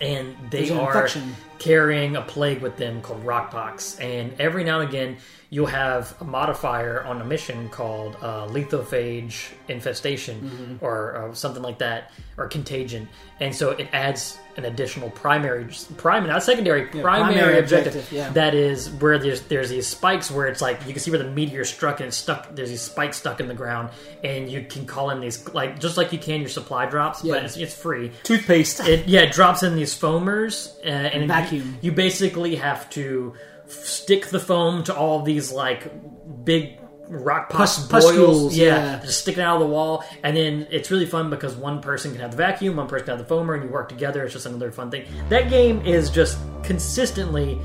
S2: And they
S3: Mm-hmm. There's an
S2: are
S3: infection.
S2: carrying a plague with them called rockpox. And every now and again, you'll have a modifier on a mission called uh, lithophage infestation
S3: Mm-hmm.
S2: or uh, something like that, or contagion. And so it adds an additional primary, primary, not secondary, primary,
S3: primary
S2: objective.
S3: objective, yeah.
S2: That is where there's there's these spikes where it's like you can see where the meteor struck and it's stuck. There's these spikes stuck in the ground, and you can call in these like just like you can your supply drops,
S3: Yeah.
S2: but it's, it's free.
S3: toothpaste.
S2: It yeah, it drops in these foamers uh, and it-
S3: Vacuum.
S2: You, basically have to f- stick the foam to all these like big rock pus-
S3: Pus- pustules,
S2: boils.
S3: yeah.
S2: just sticking out of the wall, and then it's really fun because one person can have the vacuum, one person can have the foamer, and you work together. It's just another fun thing. That game is just consistently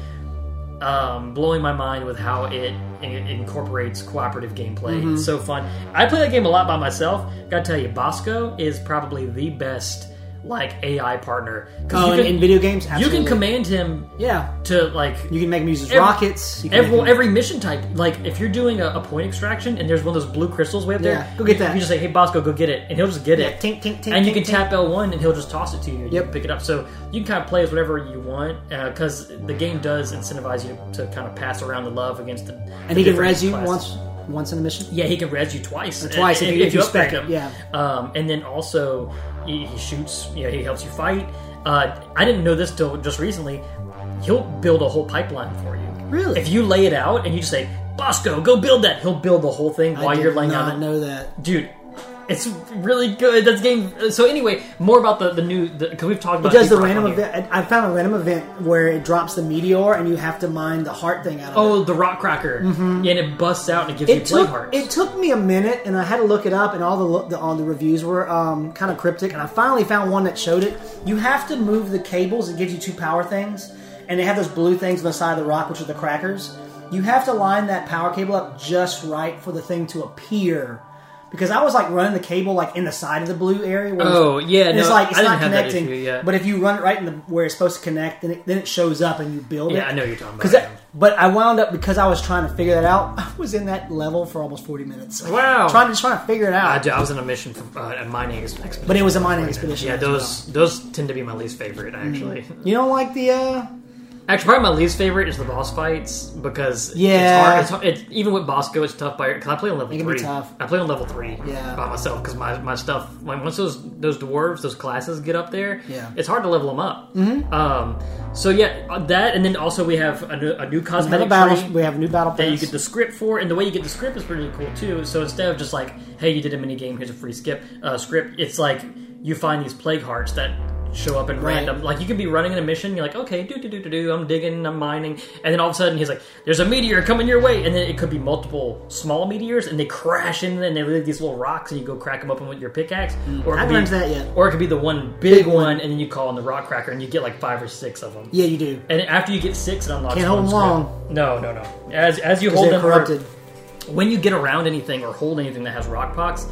S2: um, blowing my mind with how it, it incorporates cooperative gameplay.
S3: Mm-hmm.
S2: It's so fun. I play that game a lot by myself. Gotta tell you, Bosco is probably the best like AI partner. 'Cause
S3: oh,
S2: you
S3: in, in video games,
S2: you can
S3: absolutely.
S2: command him
S3: Yeah,
S2: to like
S3: you can make him use his
S2: Every-
S3: rockets. You can
S2: Every,
S3: make
S2: well,
S3: him-
S2: every mission type, like if you're doing a, a point extraction and there's one of those blue crystals way up there,
S3: Yeah, go get
S2: you-
S3: that.
S2: You just say, "Hey Bosco, go get it," and he'll just get it.
S3: tink, tink, tink,
S2: and you can
S3: tink, tink.
S2: tap L one, and he'll just toss it to you. And you
S3: Yep.
S2: can pick it up. So you can kind of play as whatever you want uh, because the game does incentivize you to, kind of pass around the love against the.
S3: and he can res you once once in a mission?
S2: Yeah, he can res you twice.
S3: Uh, twice if you- if you
S2: upgrade
S3: spec it,
S2: him.
S3: yeah.
S2: Um, and then also he, he shoots. You know, he helps you fight. Uh, I didn't know this till just recently. He'll build a whole pipeline for you.
S3: Really?
S2: If you lay it out and you just say, "Bosco, go build that," he'll build the whole thing while
S3: I did
S2: you're laying
S3: not
S2: out. the-
S3: know that.
S2: Dude, it's really good. That's game. uh, So anyway, more about the the new because we've talked about
S3: Does the
S2: Deep Rock
S3: random
S2: on here.
S3: event? I I found a random event where it drops the meteor and you have to mine the heart thing out of it.
S2: Oh, the rock cracker. Yeah, and it busts out and it gives you
S3: Mm-hmm. It
S2: play
S3: took
S2: hearts.
S3: it took me a minute, and I had to look it up, and all the, lo- the all the reviews were um, kind of cryptic, and I finally found one that showed it. You have to move the cables; it gives you two power things, and they have those blue things on the side of the rock, which are the crackers. You have to line that power cable up just right for the thing to appear, because I was like running the cable like in the side of the blue area. Where
S2: Oh, yeah,
S3: and it's
S2: no,
S3: like it's
S2: I didn't
S3: not
S2: have that
S3: connecting.
S2: issue, yeah.
S3: But if you run it right in the where it's supposed to connect, then it, then it shows up and you build it.
S2: Yeah, I know what you're talking about,
S3: Because
S2: yeah.
S3: but I wound up because I was trying to figure that out. I was in that level for almost forty minutes.
S2: Wow.
S3: trying to trying to figure it
S2: I,
S3: out.
S2: do- I was on a mission for uh, a mining expedition.
S3: But it was a mining expedition.
S2: Yeah,
S3: as
S2: those those tend to be my least favorite
S3: Mm-hmm.
S2: actually.
S3: well. You don't like the uh,
S2: Actually, probably my least favorite is the boss fights because
S3: Yeah.
S2: it's hard. It's, hard- it, even with Bosco, it's tough. By because I play on level
S3: It can be
S2: three.
S3: tough.
S2: I play on level three
S3: Yeah.
S2: by myself because my, my stuff. Like once those those dwarves, those classes get up there,
S3: Yeah.
S2: it's hard to level them up. Mm-hmm. Um, so yeah, uh, that and then also we have a new, a new
S3: we have a
S2: cosmetic
S3: battle.
S2: tree
S3: We have a new battle
S2: that you
S3: pass.
S2: get the script for, and the way you get the script is pretty cool too. So instead of just like, hey, you did a mini game, here's a free skip uh, script, it's like you find these plague hearts that show up in
S3: Right.
S2: random. Like you could be running in a mission, you're like, okay, do do do do do, I'm digging, I'm mining, and then all of a sudden he's like, there's a meteor coming your way, and then it could be multiple small meteors, and they crash in, and they leave these little rocks, and you go crack them open with your pickaxe. Or it
S3: Hmm. I
S2: could
S3: haven't
S2: be-
S3: done that yet.
S2: Or it could be the one big,
S3: Big one.
S2: one, and then you call on the rock cracker, and you get like five or six of them.
S3: yeah, you do.
S2: And after you get six, it unlocks.
S3: Can't hold
S2: one
S3: 'em
S2: script.
S3: long.
S2: No, no, no. As as you hold
S3: They're
S2: them, or-
S3: corrupted.
S2: when you get around anything or hold anything that has rock pox,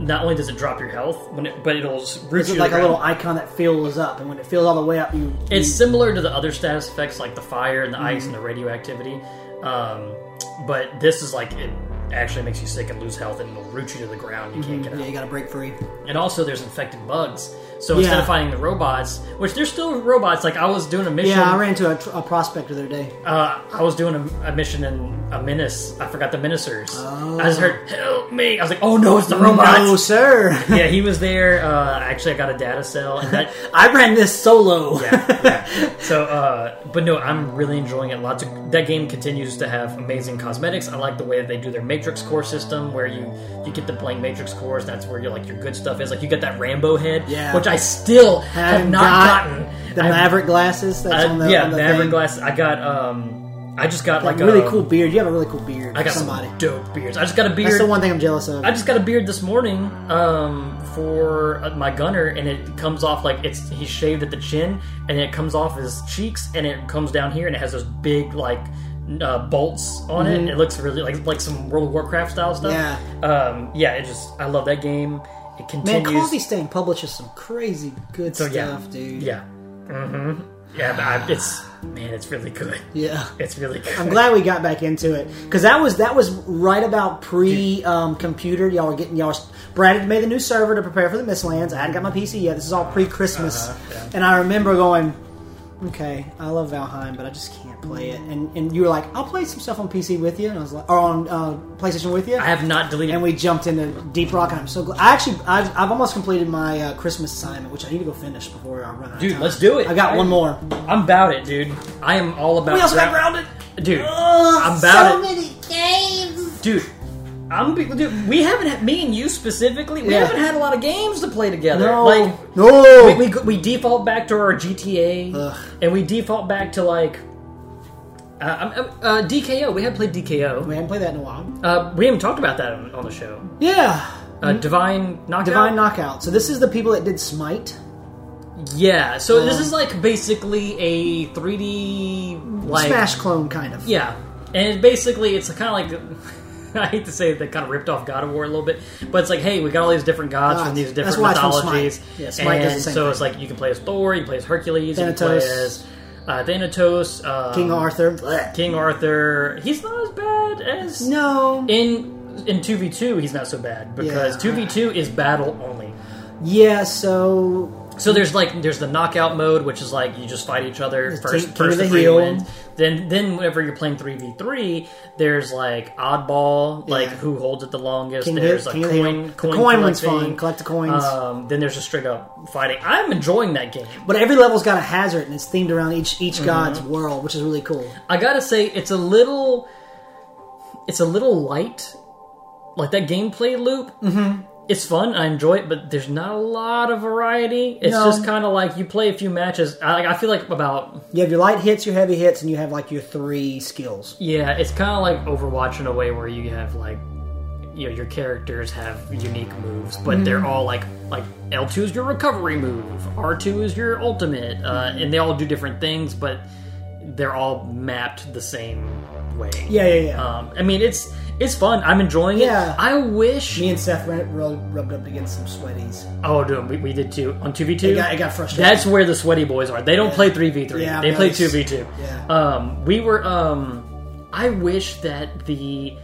S2: not only does it drop your health, when it, but it'll s- root
S3: It's
S2: you to the
S3: like a
S2: ground.
S3: little E- icon that fills up, and when it fills all the way up, you.
S2: It's
S3: you-
S2: similar to the other status effects like the fire and the ice and
S3: Mm-hmm.
S2: the radioactivity, um, but this is like it actually makes you sick and lose health and it'll root you to the ground. You can't get out.
S3: yeah, you got to break free.
S2: and also there's infected bugs. So instead
S3: Mm-hmm. Yeah.
S2: of fighting the robots, which there's still robots, like I was doing a mission.
S3: Yeah, I ran into a, tr- a prospector the other day.
S2: Uh, I was doing a, a mission in a menace. I forgot the menacers. I just heard "help me." I was like, "Oh no, it's the
S3: Oh. No,
S2: robots!"
S3: sir.
S2: yeah, he was there. Uh, actually, I got a data cell, and that.
S3: I ran this solo.
S2: so, uh, but no, I'm really enjoying it. Lots of that game continues to have amazing cosmetics. I like the way that they do their Matrix core system, where you you get the blank Matrix cores. That's where your like your good stuff is. Like you get that Rambo head,
S3: Yeah.
S2: which I still have
S3: Haven't
S2: not
S3: got
S2: gotten.
S3: the
S2: I've-
S3: Maverick glasses. That's
S2: I-
S3: on the
S2: yeah,
S3: on the
S2: Maverick
S3: thing.
S2: glass. I got. um I just got
S3: Like
S2: like
S3: a really
S2: a-
S3: cool beard. You have a really cool beard.
S2: I got
S3: somebody.
S2: some dope beards. I just got a beard.
S3: That's the one thing I'm jealous of.
S2: I just got a beard this morning um, for uh, my gunner, and it comes off like it's he's shaved at the chin, and it comes off his cheeks, and it comes down here, and it has those big like uh, bolts on it. It looks really like like some World of Warcraft style stuff.
S3: Mm-hmm. Yeah.
S2: um, yeah. It just I love that game. It
S3: Man,
S2: continues.
S3: Coffee Stain publishes some crazy good
S2: So, yeah.
S3: stuff, dude.
S2: Yeah. Mm-hmm. Yeah, but I, it's man, it's really good.
S3: Yeah.
S2: It's really good.
S3: I'm glad we got back into it because that was that was right about pre um, computer. Y'all were getting y'all. s- Brad had made the new server to prepare for the Mistlands. I hadn't got my PC yet. This is all pre Christmas,
S2: Uh-huh,
S3: and I remember going, "Okay, I love Valheim, but I just can't play it." And and you were like, "I'll play some stuff on PC with you," and I was like, "Or on uh, PlayStation with you."
S2: I have not deleted.
S3: and we jumped into Deep Rock, and I'm so glad. I actually, I've, I've almost completed my uh, Christmas assignment, which I need to go finish before I run out. of
S2: Dude,
S3: time.
S2: let's do it.
S3: I got one more.
S2: I'm about it, dude. I am all about.
S3: We also got
S2: grou-
S3: grounded.
S2: dude. I'm
S3: Ugh,
S2: about
S3: so
S2: it.
S3: many games.
S2: dude. I'm be- dude, we haven't had, me and you specifically we
S3: Yeah.
S2: haven't had a lot of games to play together.
S3: No,
S2: Like
S3: no.
S2: we, we, we default back to our GTA
S3: Ugh.
S2: and we default back to like uh, um, um, uh, DKO. We haven't played DKO.
S3: we haven't played that in a while.
S2: Uh, we haven't talked about that on, on the show.
S3: Yeah,
S2: Uh, Divine Knockout.
S3: Hmm? Divine Knockout. So this is the people that did Smite.
S2: Yeah. So this
S3: Oh.
S2: is like basically a 3D like
S3: Smash clone, kind of.
S2: Yeah, and it basically it's kind of like I hate to say they kind of ripped off God of War a little bit, but it's like, hey, we got all these different gods
S3: Gods.
S2: from these
S3: That's
S2: different
S3: why it's from Smite.
S2: mythologies,
S3: Yeah, Smite
S2: and
S3: does the same
S2: so
S3: thing.
S2: it's like you can play as Thor, you can play as Hercules,
S3: Thanatos.
S2: you can play as uh, Thanatos, um,
S3: King Arthur. Blech.
S2: King Arthur. He's not as bad as
S3: No.
S2: in in two v two. He's not so bad because
S3: Yeah.
S2: two v two is battle only.
S3: Yeah. So
S2: So there's like there's the knockout mode, which is like you just fight each other first.
S3: king
S2: first
S3: of the
S2: the three
S3: hill.
S2: wins. Then then whenever you're playing three v three, there's like oddball, like
S3: Yeah.
S2: who holds it the longest.
S3: King of-
S2: there's
S3: King
S2: like
S3: of the
S2: coin,
S3: Hill. The
S2: coin.
S3: coin one's
S2: collecting.
S3: fun. Collect the coins.
S2: Um, then there's just straight up fighting. I'm enjoying that game.
S3: But every level's got a hazard, and it's themed around each each god's world, which is really cool.
S2: I gotta say, it's a little, it's a little light. Like that gameplay loop, mm-hmm. it's fun. I enjoy it, but there's not a lot of variety. It's
S3: No.
S2: just kind of like you play a few matches. I, I feel like about
S3: You have your light hits, your heavy hits, and you have like your three skills.
S2: yeah, it's kind of like Overwatch in a way where you have like, you know, your characters have unique moves, but
S3: Mm-hmm.
S2: they're all like like L two is your recovery move, R two is your ultimate, uh,
S3: Mm-hmm.
S2: and they all do different things, but they're all mapped the same way.
S3: Yeah, yeah, yeah.
S2: Um, I mean, it's it's fun. I'm enjoying it.
S3: Yeah.
S2: I wish.
S3: Me and Seth ran, ru- rubbed up against some sweaties.
S2: oh, dude, we, we did too on two v
S3: It
S2: two.
S3: got, it got frustrating.
S2: That's where the sweaty boys are. They don't play three v three.
S3: Yeah,
S2: They
S3: no,
S2: play
S3: it's-
S2: two v two.
S3: yeah.
S2: Um, we were. Um, I wish that the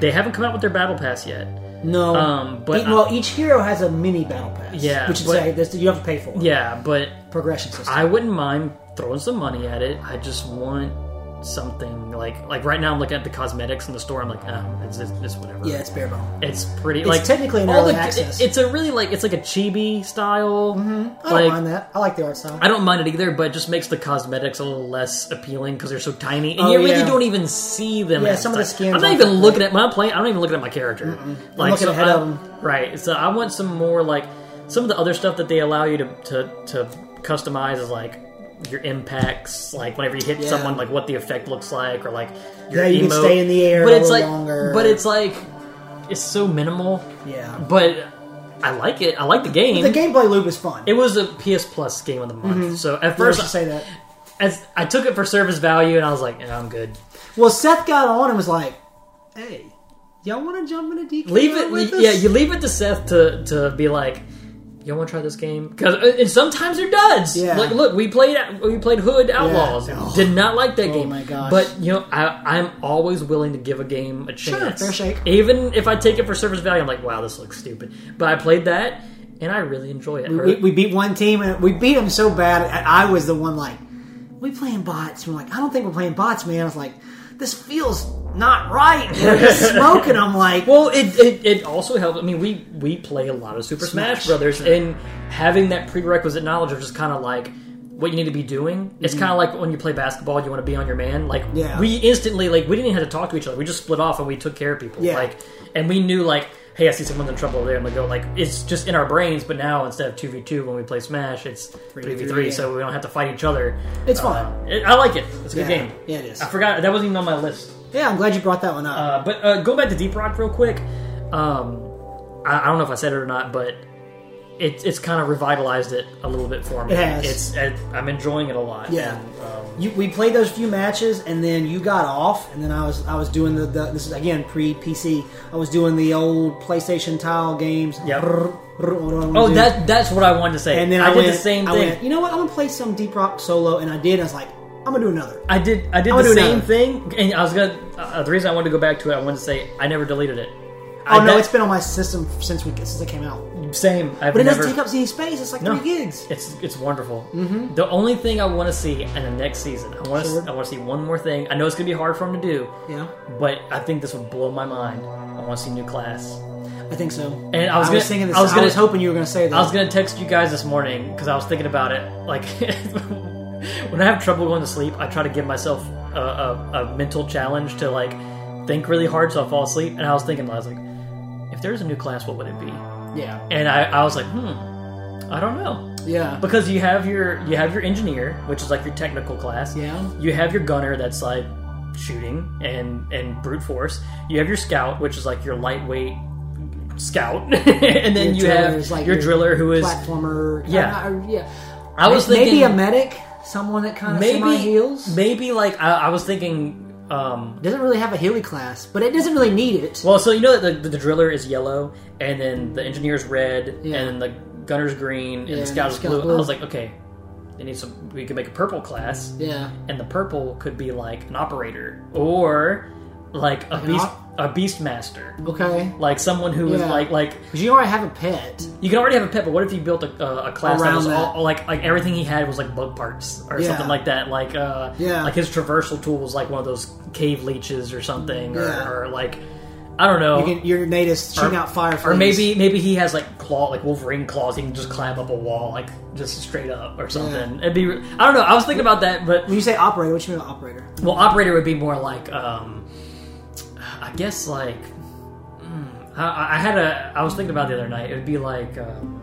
S2: they haven't come out with their battle pass yet.
S3: no.
S2: um, but
S3: E-
S2: I-
S3: well, each hero has a mini battle pass.
S2: Yeah,
S3: which is
S2: but-
S3: a, this, you have to pay for.
S2: Yeah, but
S3: progression system.
S2: I wouldn't mind throwing some money at it. I just want something like like right now. I'm looking at the cosmetics in the store. I'm like, oh, it's it's, it's whatever.
S3: yeah, it's bare bone.
S2: It's pretty. like
S3: technically an
S2: all
S3: early
S2: the-
S3: access. Mm-hmm.
S2: it- it's a really like it's like a chibi style.
S3: I don't
S2: like,
S3: mind that. I like the art style.
S2: I don't mind it either, but it just makes the cosmetics a little less appealing because they're so tiny, and
S3: Oh,
S2: you really
S3: yeah.
S2: don't even see them.
S3: Yeah,
S2: at
S3: some of the
S2: time.
S3: skins
S2: I'm not
S3: aren't
S2: even
S3: that
S2: looking at when I'm playing. I'm not even looking at my character. Like
S3: looking
S2: so
S3: ahead
S2: I-
S3: of 'em.
S2: Right. So I want some more like some of the other stuff that they allow you to to, to customize is like your impacts, like whenever you hit
S3: Yeah.
S2: someone, like what the effect looks like, or like your
S3: Yeah, you can
S2: emote.
S3: stay in the air
S2: But
S3: a
S2: it's
S3: little
S2: like,
S3: longer.
S2: but it's like it's so minimal.
S3: yeah,
S2: But I like it. I like the game.
S3: the gameplay loop is fun.
S2: It was a PS Plus game of the month. So at
S3: Mm-hmm.
S2: first,
S3: First, to say that.
S2: as I took it for service value, and I was like, "Eh, "I'm good."
S3: Well, Seth got on and was like, "Hey, y'all want to jump in a DK?
S2: Leave it,
S3: with us?"
S2: yeah. You leave it to Seth to to be like, "You want to try this game?" Because and sometimes they're duds.
S3: Yeah.
S2: Like, look, we played we played Hood Outlaws.
S3: Oh.
S2: Did not like that game.
S3: my gosh.
S2: But you know, I, I'm always willing to give a game a
S3: Sure,
S2: chance.
S3: fair shake.
S2: Even if I take it for service value, I'm like, "Wow, this looks stupid." But I played that, and I really enjoy it.
S3: we, we beat one team and we beat them so bad. I I was the one like, we playing bots. We're like, I don't think we're playing bots, man. I was like, this feels not right. We're just smoking. I'm like,
S2: Well, it, it, it also helped. I mean, we we play a lot of Super Smash,
S3: Smash,
S2: Brothers, and having that prerequisite knowledge of just kind of like what you need to be doing. It's kind of like when you play basketball, you want to be on your man. Like
S3: Mhm. Yeah.
S2: we instantly like we didn't even have to talk to each other. We just split off and we took care of people.
S3: Yeah.
S2: Like and we knew like. Hey, I see someone's in trouble over there. I'm gonna go. Like it's just in our brains, but now instead of two v two when we play Smash, it's three v three.
S3: yeah.
S2: So we don't have to fight each other.
S3: It's fun.
S2: It, I like it. It's a good
S3: Yeah.
S2: game.
S3: Yeah, it is.
S2: I forgot that wasn't even on my list.
S3: yeah, I'm glad you brought that one up.
S2: Uh, but uh, going back to Deep Rock real quick, um, I, I don't know if I said it or not, but it, it's kind of revitalized it a little bit for me.
S3: It has.
S2: It's it, I'm enjoying it a lot.
S3: Yeah.
S2: And, um,
S3: You, we played those few matches, and then you got off, and then I was I was doing the, the this is again pre PC. I was doing the old PlayStation tile games.
S2: Yep.
S3: Brr, brr, what do I wanna
S2: oh,
S3: do?
S2: that that's what I wanted to say.
S3: And then
S2: I,
S3: I,
S2: did
S3: went,
S2: the same
S3: I
S2: thing.
S3: went, you know what? I'm gonna play some Deep Rock solo, and I did. And I was like, I'm gonna do another.
S2: I did. I did the
S3: I'm gonna do
S2: same
S3: another.
S2: thing, and I was gonna. Uh, the reason I wanted to go back to it, I wanted to say I never deleted it.
S3: Oh
S2: I,
S3: no,
S2: that-
S3: it's been on my system since we since it came out.
S2: same. I've
S3: But it
S2: never,
S3: doesn't take up any space. It's like
S2: No.
S3: three gigs.
S2: It's it's wonderful. Mm-hmm. The only thing I want to see in the next season, I want to
S3: Sure.
S2: I want to see one more thing. I know it's gonna be hard for him to do,
S3: Yeah,
S2: but I think this would blow my mind. I want to see new class.
S3: I think so.
S2: And I was gonna-
S3: thinking this.
S2: I was
S3: I was
S2: gonna-
S3: hoping you were gonna say that.
S2: I was gonna text you guys this morning because I was thinking about it. Like when I have trouble going to sleep, I try to give myself a, a, a mental challenge to like think really hard so I fall asleep. And I was thinking, I was like, if there's a new class, what would it be?
S3: yeah,
S2: And I, I was like, hmm, I don't know.
S3: yeah,
S2: because you have your you have your engineer which is like your technical class
S3: Yeah.
S2: you have your gunner that's like shooting and and brute force you have your scout which is like your lightweight scout and then you
S3: Your driller
S2: have
S3: is like
S2: your,
S3: your
S2: driller who is
S3: platformer.
S2: Yeah.
S3: uh, uh, yeah.
S2: i was
S3: maybe
S2: thinking
S3: a medic, someone that kind of semi heals.
S2: maybe maybe like I, I was thinking um
S3: Doesn't really have a healing class, but it doesn't really need it.
S2: well so you know that the, the driller is yellow and then the engineer's red
S3: Yeah.
S2: and the gunner's green and
S3: Yeah,
S2: the scout
S3: and
S2: is
S3: the
S2: blue.
S3: scout's blue.
S2: i was like okay they need some we could make a purple class
S3: yeah,
S2: and the purple could be like an operator or like a beast
S3: op-
S2: a beast master,
S3: Okay.
S2: like someone who is
S3: Yeah.
S2: like like
S3: Because you already have a pet.
S2: you can already have a pet, but what if you built a, uh, a class that
S3: Around
S2: was
S3: that.
S2: all, like like everything he had was like bug parts or
S3: Yeah.
S2: something like that, like uh,
S3: Yeah.
S2: like his traversal tool was like one of those cave leeches or something,
S3: Yeah.
S2: or, or like I don't know,
S3: You can, your natus shooting out fire.
S2: or
S3: flames.
S2: maybe maybe he has like claw like Wolverine claws, he can just climb up a wall like just straight up or something. It'd be I don't know, I was thinking about that, but
S3: when you say operator, what you mean by operator?
S2: well, operator would be more like, um, I guess like, mm, I, I had a, I was thinking about it the other night. It would be like, um,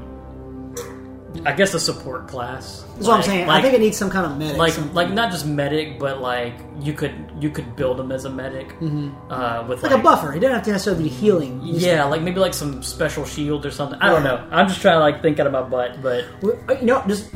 S2: I guess a support class.
S3: That's what I'm saying. I think it needs some kind of medic.
S2: like
S3: some-
S2: like not just medic, but like you could you could build him as a medic uh, with
S3: Mm-hmm. like, a buffer. It doesn't have to necessarily be healing. You just-
S2: Yeah, like maybe like some special shield or something. I don't know.
S3: Yeah.
S2: I'm just trying to like think out of my butt, but
S3: uh, You know, just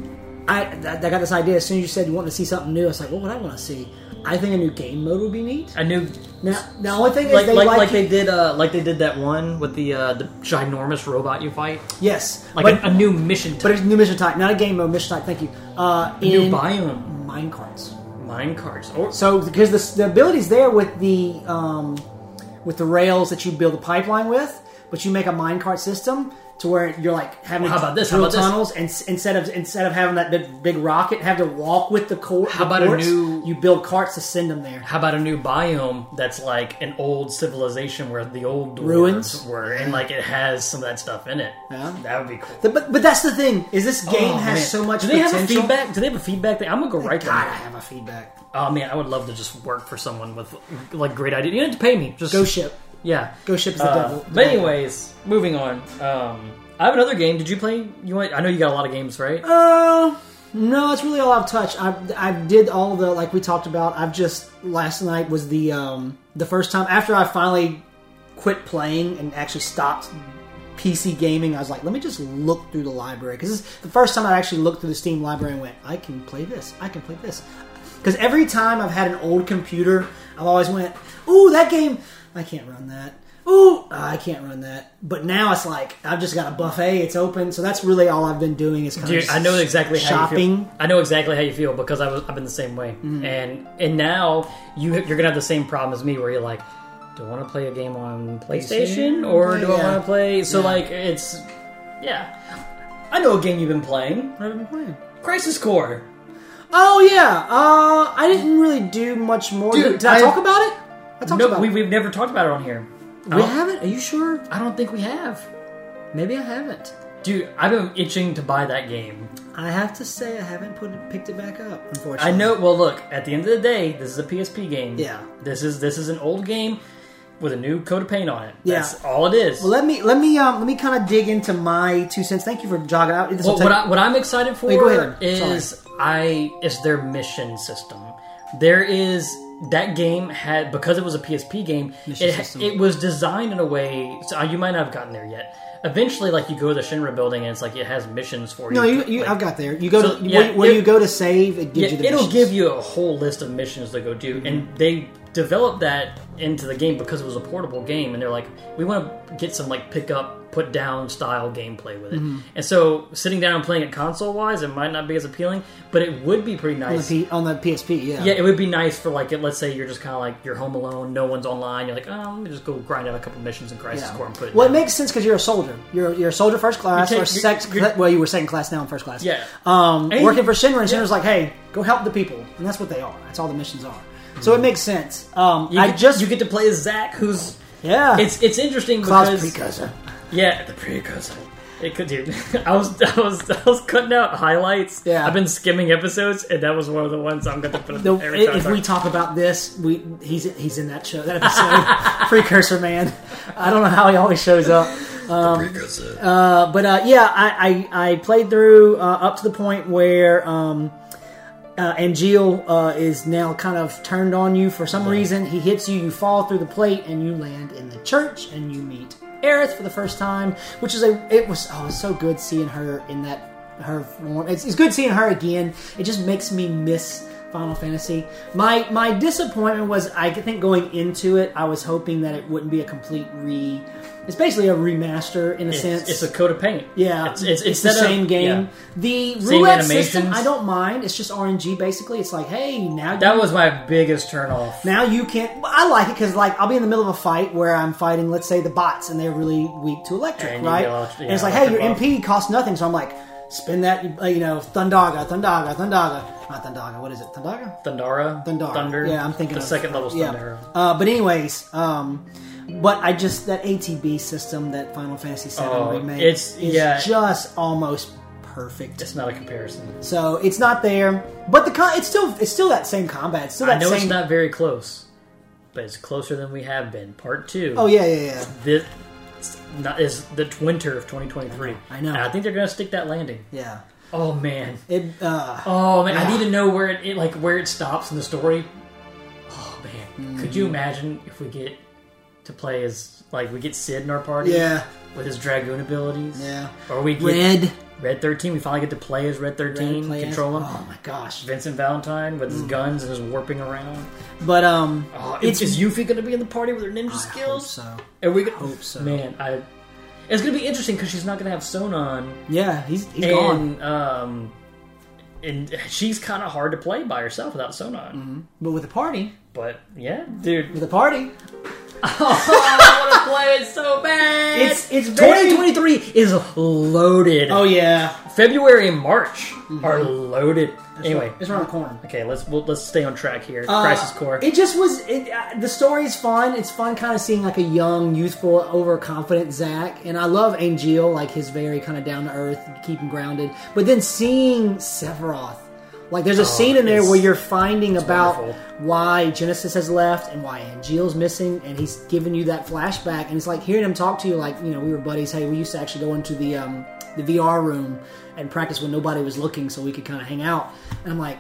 S3: I, I I got this idea as soon as you said you wanted to see something new. I was like, what would I want to see? I think a new game mode would be neat.
S2: I knew
S3: Now, the only thing is
S2: like
S3: they
S2: like,
S3: like,
S2: like they did uh like they did that one with the uh the ginormous robot you fight.
S3: yes,
S2: Like
S3: but,
S2: a, a new mission type.
S3: but it's a new mission type, not a game mode mission type. Thank you. Uh, in
S2: new biome.
S3: mine carts.
S2: Mine carts. Or,
S3: So because the, the ability's there with the um, with the rails that you build a pipeline with, but you make a minecart system to where you're like having
S2: Well, how about this? How
S3: drill
S2: about this?
S3: tunnels and s- instead of instead of having that big, big rocket have to walk with the core.
S2: How
S3: the
S2: about a
S3: quartz,
S2: new-
S3: You build carts to send them there.
S2: how about a new biome that's like an old civilization where the old dwarves
S3: Ruins?
S2: were, and like it has some of that stuff in it.
S3: Yeah.
S2: That would be cool.
S3: The- but but that's the thing is this game
S2: Oh,
S3: has
S2: man.
S3: so much.
S2: Do they
S3: potential.
S2: have a feedback? Do they have a feedback thing? I'm gonna go right to
S3: God, I
S2: that.
S3: have a feedback.
S2: Oh man, I would love to just work for someone with like great ideas. You don't have to pay me. Just
S3: Go ship.
S2: Yeah.
S3: Go ship is the
S2: Uh,
S3: devil.
S2: but anyways, moving on. Um, I have another game. Did you play? You want? I know you got a lot of games, right?
S3: Uh, no, it's really all I've touched. I I did all the like we talked about. I've just last night was the um the first time after I finally quit playing and actually stopped PC gaming. I was like, let me just look through the library because this is the first time I actually looked through the Steam library and went, I can play this. I can play this. Because every time I've had an old computer, I've always went, ooh, that game, I can't run that. Ooh, I can't run that. But now it's like I've just got a buffet; it's open, so that's really all I've been doing is kind
S2: Dude,
S3: of
S2: I know exactly how you
S3: shopping. Mm-hmm.
S2: feel. I know exactly how you feel because I was, I've been the same way. And and now you you're gonna have the same problem as me where you're like, do I want to play a game on PlayStation or do I
S3: Yeah.
S2: want to play? So
S3: Yeah.
S2: like it's yeah. I know a game you've been playing. I've been playing Crisis Core.
S3: Oh yeah, uh, I didn't really do much more.
S2: Dude,
S3: did I,
S2: I-
S3: talk about it? I talked
S2: No,
S3: about
S2: we,
S3: it.
S2: we've never talked about it on here. I
S3: We
S2: don't-
S3: haven't. Are you sure?
S2: I don't think we have.
S3: Maybe I haven't.
S2: Dude, I've been itching to buy that game.
S3: I have to say I haven't put it, picked it back up.
S2: I
S3: Unfortunately,
S2: know. Well, look. At the end of the day, this is a PSP game.
S3: Yeah.
S2: This is this is an old game with a new coat of paint on it.
S3: Yeah.
S2: That's all it is.
S3: Well, let me let me um, let me kind of dig into my two cents. Thank you for jogging out. This will
S2: Well,
S3: take-
S2: what, I, what I'm excited for
S3: Wait, go ahead.
S2: is I is their mission system. There is that game had because it was a PSP game.
S3: Mission
S2: It, ha-
S3: system.
S2: it was designed in a way so uh, you might not have gotten there yet. Eventually, like you go to the Shinra building and it's like it has missions for you.
S3: no, you,
S2: to-
S3: you
S2: like-
S3: I've got there. You go
S2: So,
S3: to
S2: yeah,
S3: where, where
S2: it-
S3: you go to save. It gives you the.
S2: it'll
S3: missions. Mm-hmm.
S2: give you a whole list of missions to go do, and they developed that into the game because it was a portable game, and they're like, we want to get some like pick up, put down style gameplay with it.
S3: Mm-hmm.
S2: And so sitting down and playing it console wise, it might not be as appealing, but it would be pretty
S3: on the,
S2: nice.
S3: P, on the PSP. Yeah.
S2: Yeah, it would be nice for like, let's say you're just kind of like you're home alone, no one's online. You're like, oh, let me just go grind out a couple missions in Crisis Core and put it.
S3: well, it
S2: down."
S3: makes sense because you're a soldier. You're you're a soldier first class
S2: You take-
S3: or
S2: you-
S3: 2nd
S2: you-
S3: well, you were second class now in first class.
S2: Yeah.
S3: Um,
S2: And-
S3: working for Shinra, and
S2: yeah.
S3: Shinra's like, hey, go help the people, and that's what they are. That's all the missions are. So it makes sense. Um,
S2: Mm-hmm. you
S3: I
S2: get,
S3: just
S2: you get to play as Zach, who's
S3: yeah.
S2: it's it's interesting
S3: Klaus
S2: because
S3: precursor.
S2: Yeah, the precursor. It could, dude. I was, I was, I was cutting out highlights.
S3: Yeah.
S2: I've been skimming episodes, and that was one of the ones I'm gonna put
S3: The-
S2: in every time.
S3: if
S2: I-
S3: we talk about this, we he's he's in that show that episode precursor man. I don't know how he always shows up, Um, uh, but uh, yeah, I, I I played through uh, up to the point where um, uh, Angeal uh, is now kind of turned on you for some reason. He hits you, you fall through the plate, and you land in the church, and you meet Aerith for the first time, which is a it was oh it was so good seeing her in that her form. It's, it's good seeing her again. It just makes me miss Final Fantasy. My my disappointment was I think going into it, I was hoping that it wouldn't be a complete re. It's basically a remaster in a
S2: It's,
S3: sense.
S2: it's a coat of paint.
S3: yeah,
S2: it's, it's,
S3: the
S2: instead of-
S3: same game.
S2: yeah.
S3: The
S2: Same
S3: roulette system,
S2: animations.
S3: I don't mind. It's just RNG basically. It's like, hey, now
S2: That was my biggest turn off.
S3: now you can't. well, I like it because like I'll be in the middle of a fight where I'm fighting, let's say the bots, and they're really weak to electric,
S2: And you
S3: right?
S2: get elect-
S3: and it's
S2: yeah,
S3: like, hey, your
S2: electric
S3: MP costs nothing, so I'm like, spin that, you- uh, you know, Thundaga, Thundaga, Thundaga, not Thundaga. What is it, Thundaga?
S2: Thundara,
S3: Thundara.
S2: Thunder.
S3: Yeah, I'm thinking
S2: the
S3: of-
S2: second level
S3: Yeah.
S2: Thundara.
S3: Uh, but anyways, um, but I just that ATB system that Final Fantasy VII
S2: Oh,
S3: remake,
S2: it's-
S3: is
S2: yeah.
S3: just almost perfect.
S2: It's not a comparison.
S3: So it's not there, but the con- it's still it's still that same combat. It's still
S2: I
S3: that
S2: know
S3: same.
S2: it's not very close, but it's closer than we have been. Part two.
S3: oh yeah, yeah, yeah.
S2: This it's not, is the winter of 2023.
S3: I know.
S2: And I think they're gonna stick that landing.
S3: Yeah.
S2: Oh man.
S3: It uh
S2: Oh man. I
S3: Yeah.
S2: need to know where it, it like where it stops in the story. Oh man.
S3: Mm.
S2: Could you imagine if we get to play as like we get Sid in our party?
S3: yeah.
S2: With his dragoon abilities.
S3: Yeah.
S2: Or we get
S3: Red
S2: Red 13. We finally get to play as Red 13.
S3: play as-
S2: control him.
S3: Oh Mm. my gosh.
S2: Vincent Valentine with his guns and his warping around.
S3: But um
S2: Oh,
S3: It's-
S2: it's, is Yuffie going to be in the party with her ninja
S3: I hope
S2: skills?
S3: so.
S2: Are we gonna,
S3: hope so.
S2: Man, I. It's going to be interesting because she's not going to have Sonon,
S3: Yeah, he's he's gone.
S2: and um, and she's kind of hard to play by herself without Sonon.
S3: But with a party.
S2: But yeah, dude,
S3: With a party.
S2: I want to play it so bad.
S3: It's- it's very-
S2: 2023 is loaded.
S3: Oh yeah.
S2: February and March are loaded. anyway,
S3: It's around the corner.
S2: okay, let's we'll, let's stay on track here.
S3: Uh,
S2: Crisis Core.
S3: It just was. It, uh, the story's fun. It's fun, kind of seeing like a young, youthful, overconfident Zach, and I love Angel, like his very kind of down to earth, keep him grounded. But then seeing Sephiroth, like there's a scene in there
S2: Oh, it's-
S3: where you're finding about
S2: wonderful.
S3: why Genesis has left and why Angel's missing, and he's giving you that flashback, and it's like hearing him talk to you, like you know we were buddies. Hey, we used to actually go into the um, the VR room and practice when nobody was looking, so we could kind of hang out. And I'm like.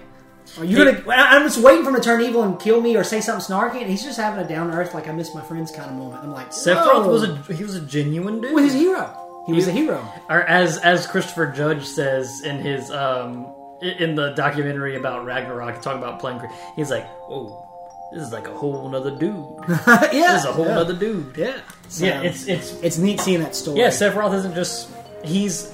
S3: Are you gonna? I- I'm just waiting for him to turn evil and kill me or say something snarky, and he's just having a down to earth, like I miss my friends kind of moment. I'm like,
S2: Sephiroth
S3: whoa.
S2: was a he was a genuine dude.
S3: Well, he's a hero. Oh. He was a hero.
S2: or as as Christopher Judge says in his um i- in the documentary about Ragnarok, talking about playing, Gr- he's like, "Whoa, this is like a whole nother dude.
S3: yeah,
S2: This is a whole
S3: yeah.
S2: nother dude."
S3: Yeah, So,
S2: Yeah, it's it's
S3: it's neat seeing that story.
S2: yeah. Sephiroth isn't just he's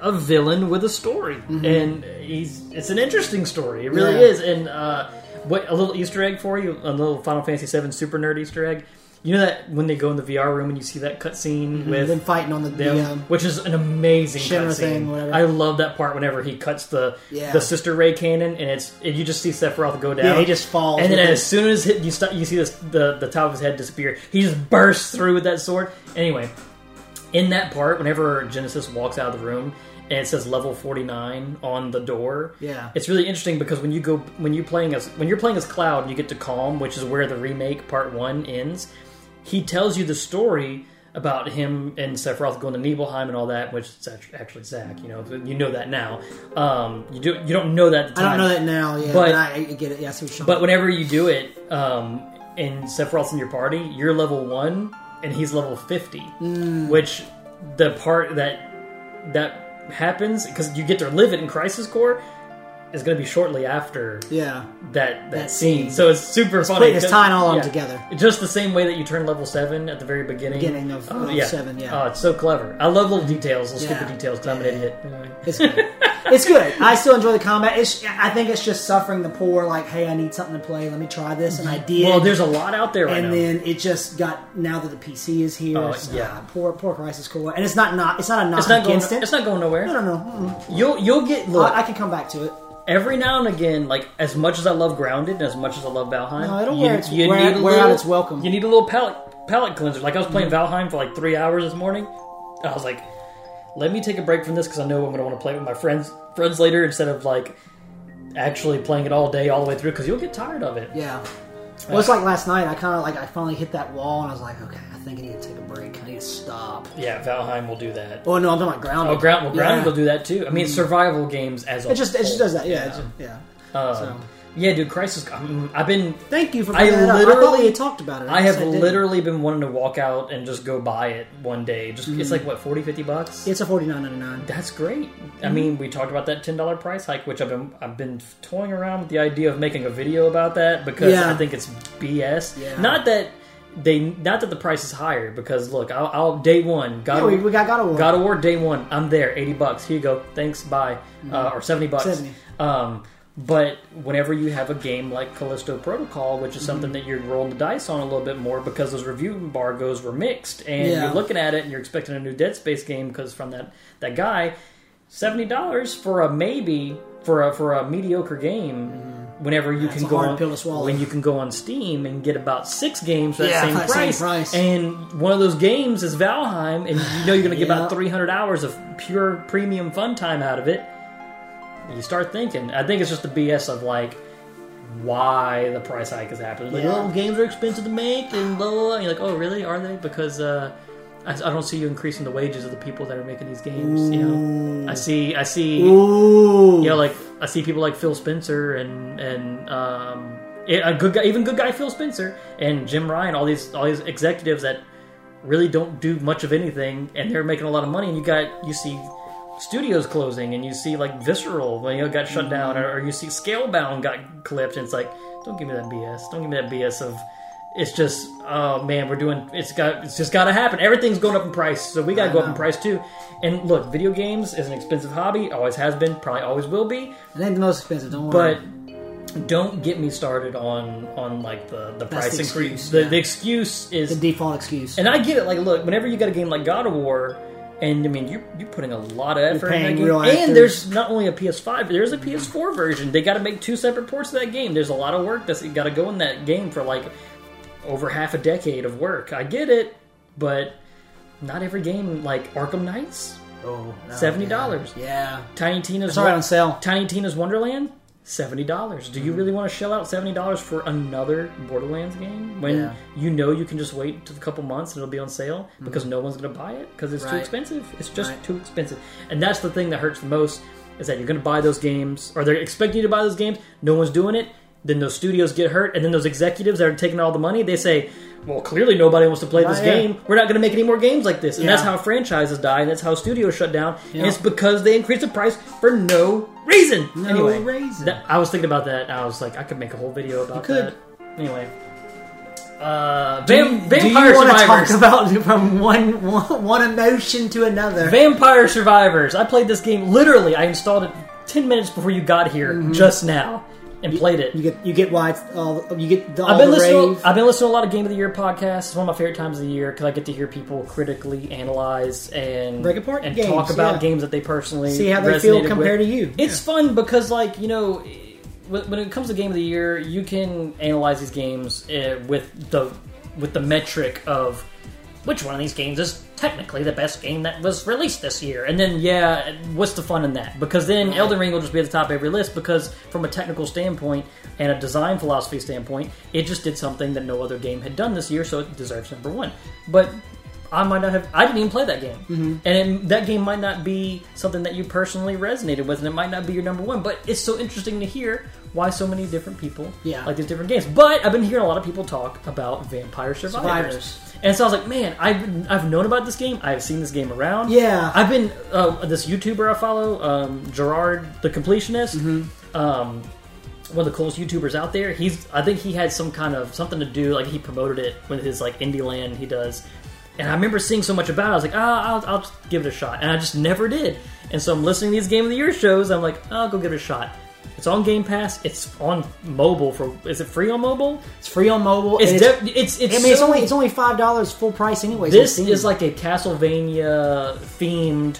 S2: a villain with a story, and he's it's an interesting story. It really
S3: Mm-hmm. Yeah.
S2: is. And uh, what a little Easter egg for you, a little Final Fantasy VII super nerd Easter egg. You know that when they go in the VR room and you see that cutscene with
S3: them fighting on the, the,
S2: them,
S3: um,
S2: which is an amazing
S3: Shimmer
S2: cutscene.
S3: thing, whatever.
S2: I love that part whenever he cuts the
S3: Yeah.
S2: the sister ray cannon, and it's and you just see Sephiroth go down.
S3: Yeah, he just falls
S2: and then
S3: with
S2: as
S3: it.
S2: soon as hit, you stop, you see this the the top of his head disappear. He just bursts through with that sword. Anyway, in that part, whenever Genesis walks out of the room. And it says level forty nine on the door.
S3: Yeah.
S2: it's really interesting because when you go when you playing as when you're playing as Cloud, you get to Calm, which is where the remake part one ends he tells you the story about him and Sephiroth going to Nibelheim and all that, which is act- actually Zach. You know, you know that now. Um, you do. You don't know that. At the
S3: I
S2: time,
S3: don't know that now. Yeah,
S2: But-
S3: but, I, I get it. Yeah, I see what you're
S2: But
S3: talking
S2: whenever you do it, um, and Sephiroth's in your party, you're level one and he's level fifty,
S3: Mm.
S2: which the part that that happens because you get to live it in Crisis Core is going to be shortly after
S3: about. yeah,
S2: that that,
S3: That
S2: scene.
S3: scene.
S2: So it's super funny.
S3: putting his
S2: Just-
S3: time all on together.
S2: Just the same way that you turn level seven at the very beginning.
S3: Beginning of-
S2: Oh,
S3: of seven, yeah.
S2: Oh, it's so clever. I love little details, little
S3: Yeah.
S2: stupid details. 'cause I'm an idiot.
S3: it's good. it's good. I still enjoy the combat. It's, I think it's just suffering the poor. Like, hey, I need something to play. Let me try this, and I did.
S2: Mm-hmm. Well, there's a lot out there right
S3: and
S2: now.
S3: then it just got now that the PC is here.
S2: Oh,
S3: so,
S2: yeah.
S3: ah, poor poor Crisis Core, and it's not not it's not a knock
S2: it's not going.
S3: against it.
S2: It's not going nowhere.
S3: no, no, no. mm-mm.
S2: You'll you'll get look
S3: I, I can come back to it.
S2: every now and again. Like as much as I love Grounded and as much as I love Valheim,
S3: No, it'll
S2: you,
S3: wear its-
S2: you
S3: wear-
S2: need a
S3: wear out
S2: little,
S3: its welcome. Mm.
S2: You need a little palate palate cleanser. Like I was playing Valheim for like three hours this morning. And I was like, let me take a break from this because I know I'm going to want to play with my friends friends later instead of like actually playing it all day all the way through because you'll get tired of it.
S3: Yeah. Well, it's like last night. I kind of like I finally hit that wall, and I was like, okay, I think I need to take a break. I need to stop.
S2: Yeah, Valheim will do that.
S3: Oh no, I'm talking about grounded.
S2: Oh, Ground, well, Grounded
S3: Yeah. Mm.
S2: will do that too. I mean, survival games as a
S3: It just it just
S2: whole.
S3: does that. Yeah, yeah. It just, yeah.
S2: Um,
S3: So.
S2: Yeah, dude, Crisis. I'm, I've been.
S3: Thank you for
S2: I
S3: bringing that up. I thought we
S2: literally-
S3: had talked about it.
S2: I have
S3: guess didn't.
S2: literally been wanting to walk out and just go buy it one day. Just
S3: Mm-hmm.
S2: it's like what 40, 50 bucks.
S3: It's a forty nine ninety nine.
S2: That's great. I
S3: Mm-hmm.
S2: mean, we talked about that ten dollar price hike, which I've been I've been toying around with the idea of making a video about that because
S3: Yeah.
S2: I think it's BS.
S3: Yeah.
S2: Not that they, not that the price is higher because look, I'll, I'll day one. God,
S3: Yeah, we, we got God of War.
S2: God of War day one. I'm there. Eighty bucks. Here you go. Thanks. Bye.
S3: Mm-hmm.
S2: Uh, or seventy bucks.
S3: 70.
S2: Um, but whenever you have a game like Callisto Protocol, which is
S3: Mm-hmm.
S2: something that you're rolling the dice on a little bit more because those review embargoes were mixed, and
S3: Yeah.
S2: you're looking at it and you're expecting a new Dead Space game because from that that guy, seventy dollars for a maybe for a for a mediocre game. Whenever you
S3: Mm-hmm. a
S2: can go
S3: hard
S2: on
S3: pill to swallow.
S2: when you can go on Steam and get about six games for that
S3: Yeah,
S2: same,
S3: for that same
S2: price,
S3: price.
S2: and one of those games is Valheim, and you know you're going to get
S3: Yeah.
S2: about three hundred hours of pure premium fun time out of it. You start thinking. I think it's just the BS of like why the price hike is happening. Like,
S3: Yeah.
S2: oh, games are expensive to make, and blah blah. blah. And you're like, oh, really? Are they? Because uh, I, I don't see you increasing the wages of the people that are making these games. You know, I see, I see
S3: Ooh.
S2: you know, like I see people like Phil Spencer and and um, it- a good guy, even good guy Phil Spencer and Jim Ryan, all these all these executives that really don't do much of anything, and they're making a lot of money. And you got you see studios closing, and you see like Visceral, you know, got shut down,
S3: Mm-hmm.
S2: or, or you see Scalebound got clipped. And it's like, don't give me that BS. Don't give me that BS of. It's just, oh man, we're doing. It's got. It's just got to happen. Everything's going up in price, so we got to go up in price too. And look, video games is an expensive hobby. Always has been. Probably always will be.
S3: it ain't the most expensive. Don't worry.
S2: But don't get me started on on like the the
S3: That's
S2: price
S3: the
S2: increase.
S3: excuse,
S2: The,
S3: yeah.
S2: the excuse is
S3: the default excuse.
S2: and I get it. Like, look, whenever you got a game like God of War, and I mean, you're, you're putting a lot of effort in
S3: paying
S2: that game.
S3: real actors.
S2: And there's not only a PS5, but there's a PS4 version. They got to make two separate ports of that game. There's a lot of work that's got to go in that game for like over half a decade of work. I get it, but not every game, like Arkham Knights,
S3: oh, no,
S2: $70.
S3: Yeah.
S2: Tiny Tina's
S3: Sorry, on sale. Hmm.
S2: Tiny Tina's Wonderland, seventy dollars. Do you really want to shell out seventy dollars for another Borderlands game when
S3: Yeah. Hmm.
S2: you know you can just wait a couple months and it'll be on sale because no one's going to buy it because it's too
S3: Right.
S2: expensive. It's just
S3: Right.
S2: too expensive, and that's the thing that hurts the most is that you're going to buy those games or they're expecting you to buy those games. No one's doing it. Then those studios get hurt, and then those executives that are taking all the money, they say, "Well, clearly nobody wants to play this
S3: Right, yeah.
S2: game. We're not going to make any more games like this." And that's
S3: Yeah.
S2: how franchises die, and that's how studios shut down.
S3: Yeah.
S2: And it's because they increased the price for no reason.
S3: No
S2: anyway,
S3: reason.
S2: that- I was thinking about that. And I was like, I could make a whole video about
S3: could.
S2: that. Anyway, uh, vam- vampire
S3: Do you want to
S2: survivors.
S3: talk about from one, one one emotion to another?
S2: vampire survivors. I played this game literally. I installed it ten minutes before you got here
S3: Mm-hmm.
S2: just now and played it.
S3: you get you get why it's all you get the, all
S2: I've been
S3: the
S2: listening.
S3: rave.
S2: I've been listening to a lot of Game of the Year podcasts. It's one of my favorite times of the year because I get to hear people critically analyze and
S3: Break apart
S2: and
S3: games,
S2: talk about
S3: yeah.
S2: games that they personally
S3: See how they feel
S2: resonated
S3: compared
S2: with.
S3: to you.
S2: It's fun because, like you know, when when it comes to Game of the Year, you can analyze these games uh, with the with the metric of which one of these games is technically the best game that was released this year? And then, yeah, what's the fun in that? Because then Elden Ring will just be at the top of every list because, from a technical standpoint and a design philosophy standpoint, it just did something that no other game had done this year, so it deserves number one. But I might not have. I didn't even play that game,
S3: Mm-hmm.
S2: and it, that game might not be something that you personally resonated with, and it might not be your number one. But it's so interesting to hear why so many different people
S3: Yeah.
S2: like these different games. But I've been hearing a lot of people talk about Vampire
S3: Survivors.
S2: Survivors. And so I was like, man, I've, I've known about this game. I've seen this game around.
S3: Yeah.
S2: I've been, uh, this YouTuber I follow, um, Gerard the Completionist,
S3: Mm-hmm.
S2: um, one of the coolest YouTubers out there. He's, I think he had some kind of something to do, like he promoted it with his like indie land he does. And I remember seeing so much about it. I was like, ah, I'll, I'll just give it a shot. And I just never did. And so I'm listening to these Game of the Year shows. I'm like, I'll go give it a shot. It's on Game Pass. It's on mobile for. Is it free on mobile?
S3: It's free on mobile.
S2: It's
S3: and
S2: it's it's, it's,
S3: I mean, it's
S2: so-
S3: only it's only five dollars full price anyway. so
S2: this
S3: it's
S2: is like a Castlevania themed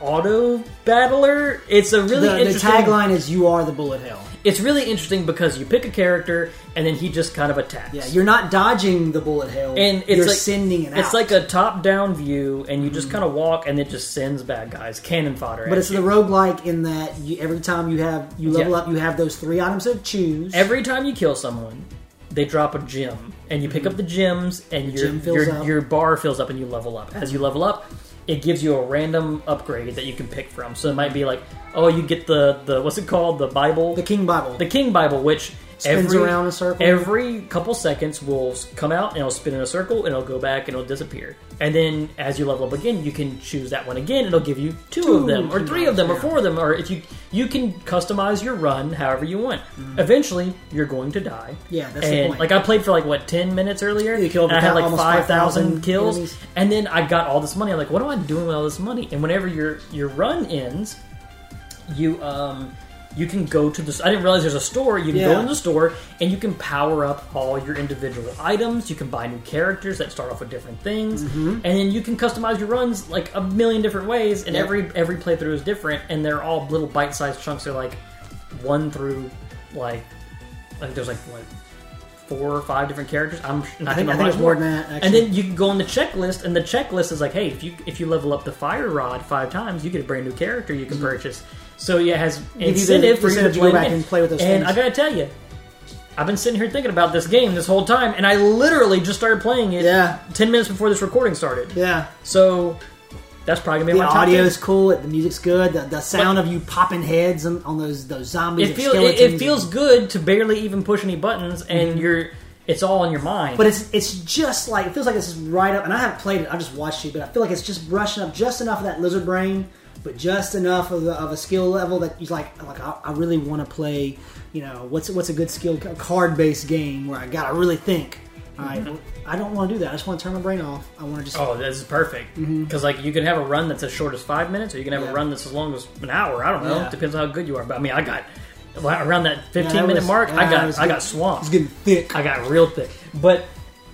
S2: auto battler. It's a really
S3: the, the
S2: interesting
S3: tagline is "You are the bullet hell."
S2: It's really interesting because you pick a character and then he just kind of attacks.
S3: Yeah, you're not dodging the bullet hell,
S2: and it's
S3: you're
S2: like,
S3: sending it out. Mm-hmm.
S2: It's like a top-down view, and you just kind of walk, and it just sends bad guys cannon fodder.
S3: but
S2: at
S3: it's
S2: you.
S3: the roguelike in that you, every time you have you level
S2: Yeah.
S3: up, you have those three items to choose.
S2: every time you kill someone, they drop a gem, and you pick up the gems, and your
S3: Mm-hmm. gem fills
S2: your,
S3: up.
S2: your bar fills up, and you level up. As you level up, it gives you a random upgrade that you can pick from. So it might be like, oh, you get the the what's it called, the Bible,
S3: The King Bible.
S2: the King Bible, which
S3: Spins
S2: every,
S3: around in a circle.
S2: Every couple seconds will s- come out and it'll spin in a circle and it'll go back and it'll disappear. And then as you level up again, you can choose that one again. and It'll give you two, of
S3: Two
S2: them, or
S3: King
S2: three of them, or
S3: Bibles, yeah.
S2: four of them, or if you you can customize your run however you want. Eventually, you're going to die.
S3: Mm-hmm. Yeah, that's the
S2: and
S3: point.
S2: like I played for like what ten minutes earlier.
S3: You killed
S2: and I had like
S3: almost
S2: five
S3: 5,000
S2: thousand kills,
S3: enemies.
S2: and then I got all this money. I'm like, what am I doing with all this money? And whenever your your run ends, you um you can go to this. I didn't realize there's a store. You can go
S3: Yeah.
S2: in the store and you can power up all your individual items. You can buy new characters that start off with different things, and then you can customize your runs like a million different ways. And
S3: Yep.
S2: every every playthrough is different, and they're all little bite sized chunks. They're like one through like I think there's like like four or five different characters. I'm not
S3: I think-
S2: gonna
S3: I think
S2: memorize
S3: it's more than that, actually.
S2: And then you can go on the checklist, and the checklist is like, hey, if you if you level up the fire rod five times, you get a brand new character you can purchase. So yeah, it has
S3: Mm-hmm. you the
S2: incentive for you to
S3: incentive to
S2: play
S3: go
S2: the
S3: back
S2: game.
S3: and play with those
S2: And
S3: things.
S2: I gotta tell you, I've been sitting here thinking about this game this whole time, and I literally just started playing it
S3: Yeah.
S2: ten minutes before this recording started.
S3: yeah.
S2: So that's probably gonna be my
S3: The
S2: top
S3: audio
S2: ten.
S3: is cool. The music's good. The, the sound of you popping heads on, on those those zombies.
S2: It
S3: and
S2: feels it,
S3: skeletons
S2: it
S3: and-
S2: feels good to barely even push any buttons, and
S3: Mm-hmm.
S2: you're it's all in your mind.
S3: But it's it's just like it feels like this is right up. And I haven't played it. I just watched you, but I feel like it's just brushing up just enough of that lizard brain, but just enough of, the, of a skill level that you like. Like I, I really want to play. You know what's what's a good skill card based game where I got to really think. All right, I don't want to do that. I just want to turn my brain off. I want to just
S2: Mm-hmm. Oh, this is perfect. Because like you can have a run that's as short as five minutes, or you can have
S3: Mm-hmm. Yeah.
S2: a run that's as long as an hour. I don't know.
S3: Yeah.
S2: Depends on how good you are. But I mean, I got around that
S3: Yeah,
S2: fifteen
S3: that
S2: minute
S3: was-
S2: mark.
S3: yeah,
S2: I
S3: it was
S2: got I
S3: getting-
S2: got swamped.
S3: It's getting thick.
S2: I got real thick. But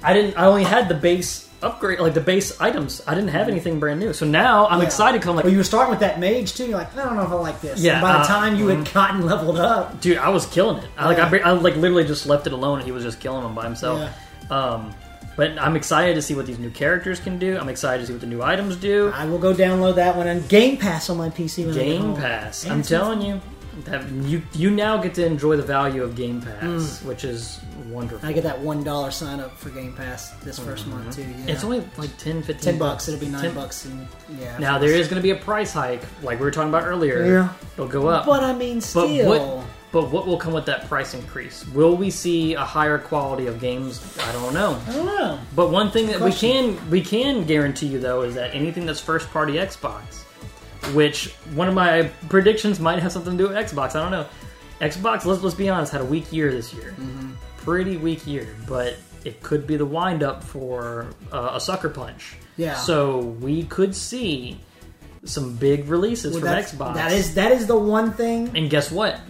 S2: I didn't. I only had the base upgrade, like the base items. I didn't have anything brand new. So now I'm
S3: Yeah.
S2: excited because I'm like,
S3: well, you were starting with that mage too. You're like, I don't know if I like this.
S2: Yeah,
S3: And by the
S2: uh,
S3: time you had gotten leveled up,
S2: dude, I was killing it. I like
S3: Yeah.
S2: I, bar- I like literally just left it alone, and he was just killing them by himself. Um, but I'm excited to see what these new characters can do. I'm excited to see what the new items do.
S3: I will go download that one and Game Pass on my PC. When I get
S2: Game
S3: home.
S2: Pass.
S3: And
S2: I'm
S3: it's-
S2: telling you, that you you now get to enjoy the value of Game Pass, which is wonderful.
S3: Hmm. I get that one dollar sign up for Game Pass this 1st month too. Yeah.
S2: Mm-hmm. It's only like 10, 15
S3: ten bucks. It'll be nine
S2: 10
S3: bucks. And yeah.
S2: Now there is going to be a price hike, like we were talking about earlier.
S3: Yeah.
S2: it'll go up.
S3: But I mean,
S2: But
S3: still.
S2: what? But what will come with that price increase? Will we see a higher quality of games? I don't know.
S3: I don't know.
S2: But one thing that we
S3: question.
S2: can we can guarantee you though is that anything that's first party Xbox, which one of my predictions might have something to do with Xbox. I don't know. Xbox, let's let's be honest, had a weak year this year,
S3: Mm-hmm.
S2: pretty weak year. But it could be the wind up for uh, a sucker punch.
S3: Yeah.
S2: So we could see some big releases
S3: Well,
S2: from
S3: that's-
S2: Xbox.
S3: That is that is the one thing.
S2: And guess what?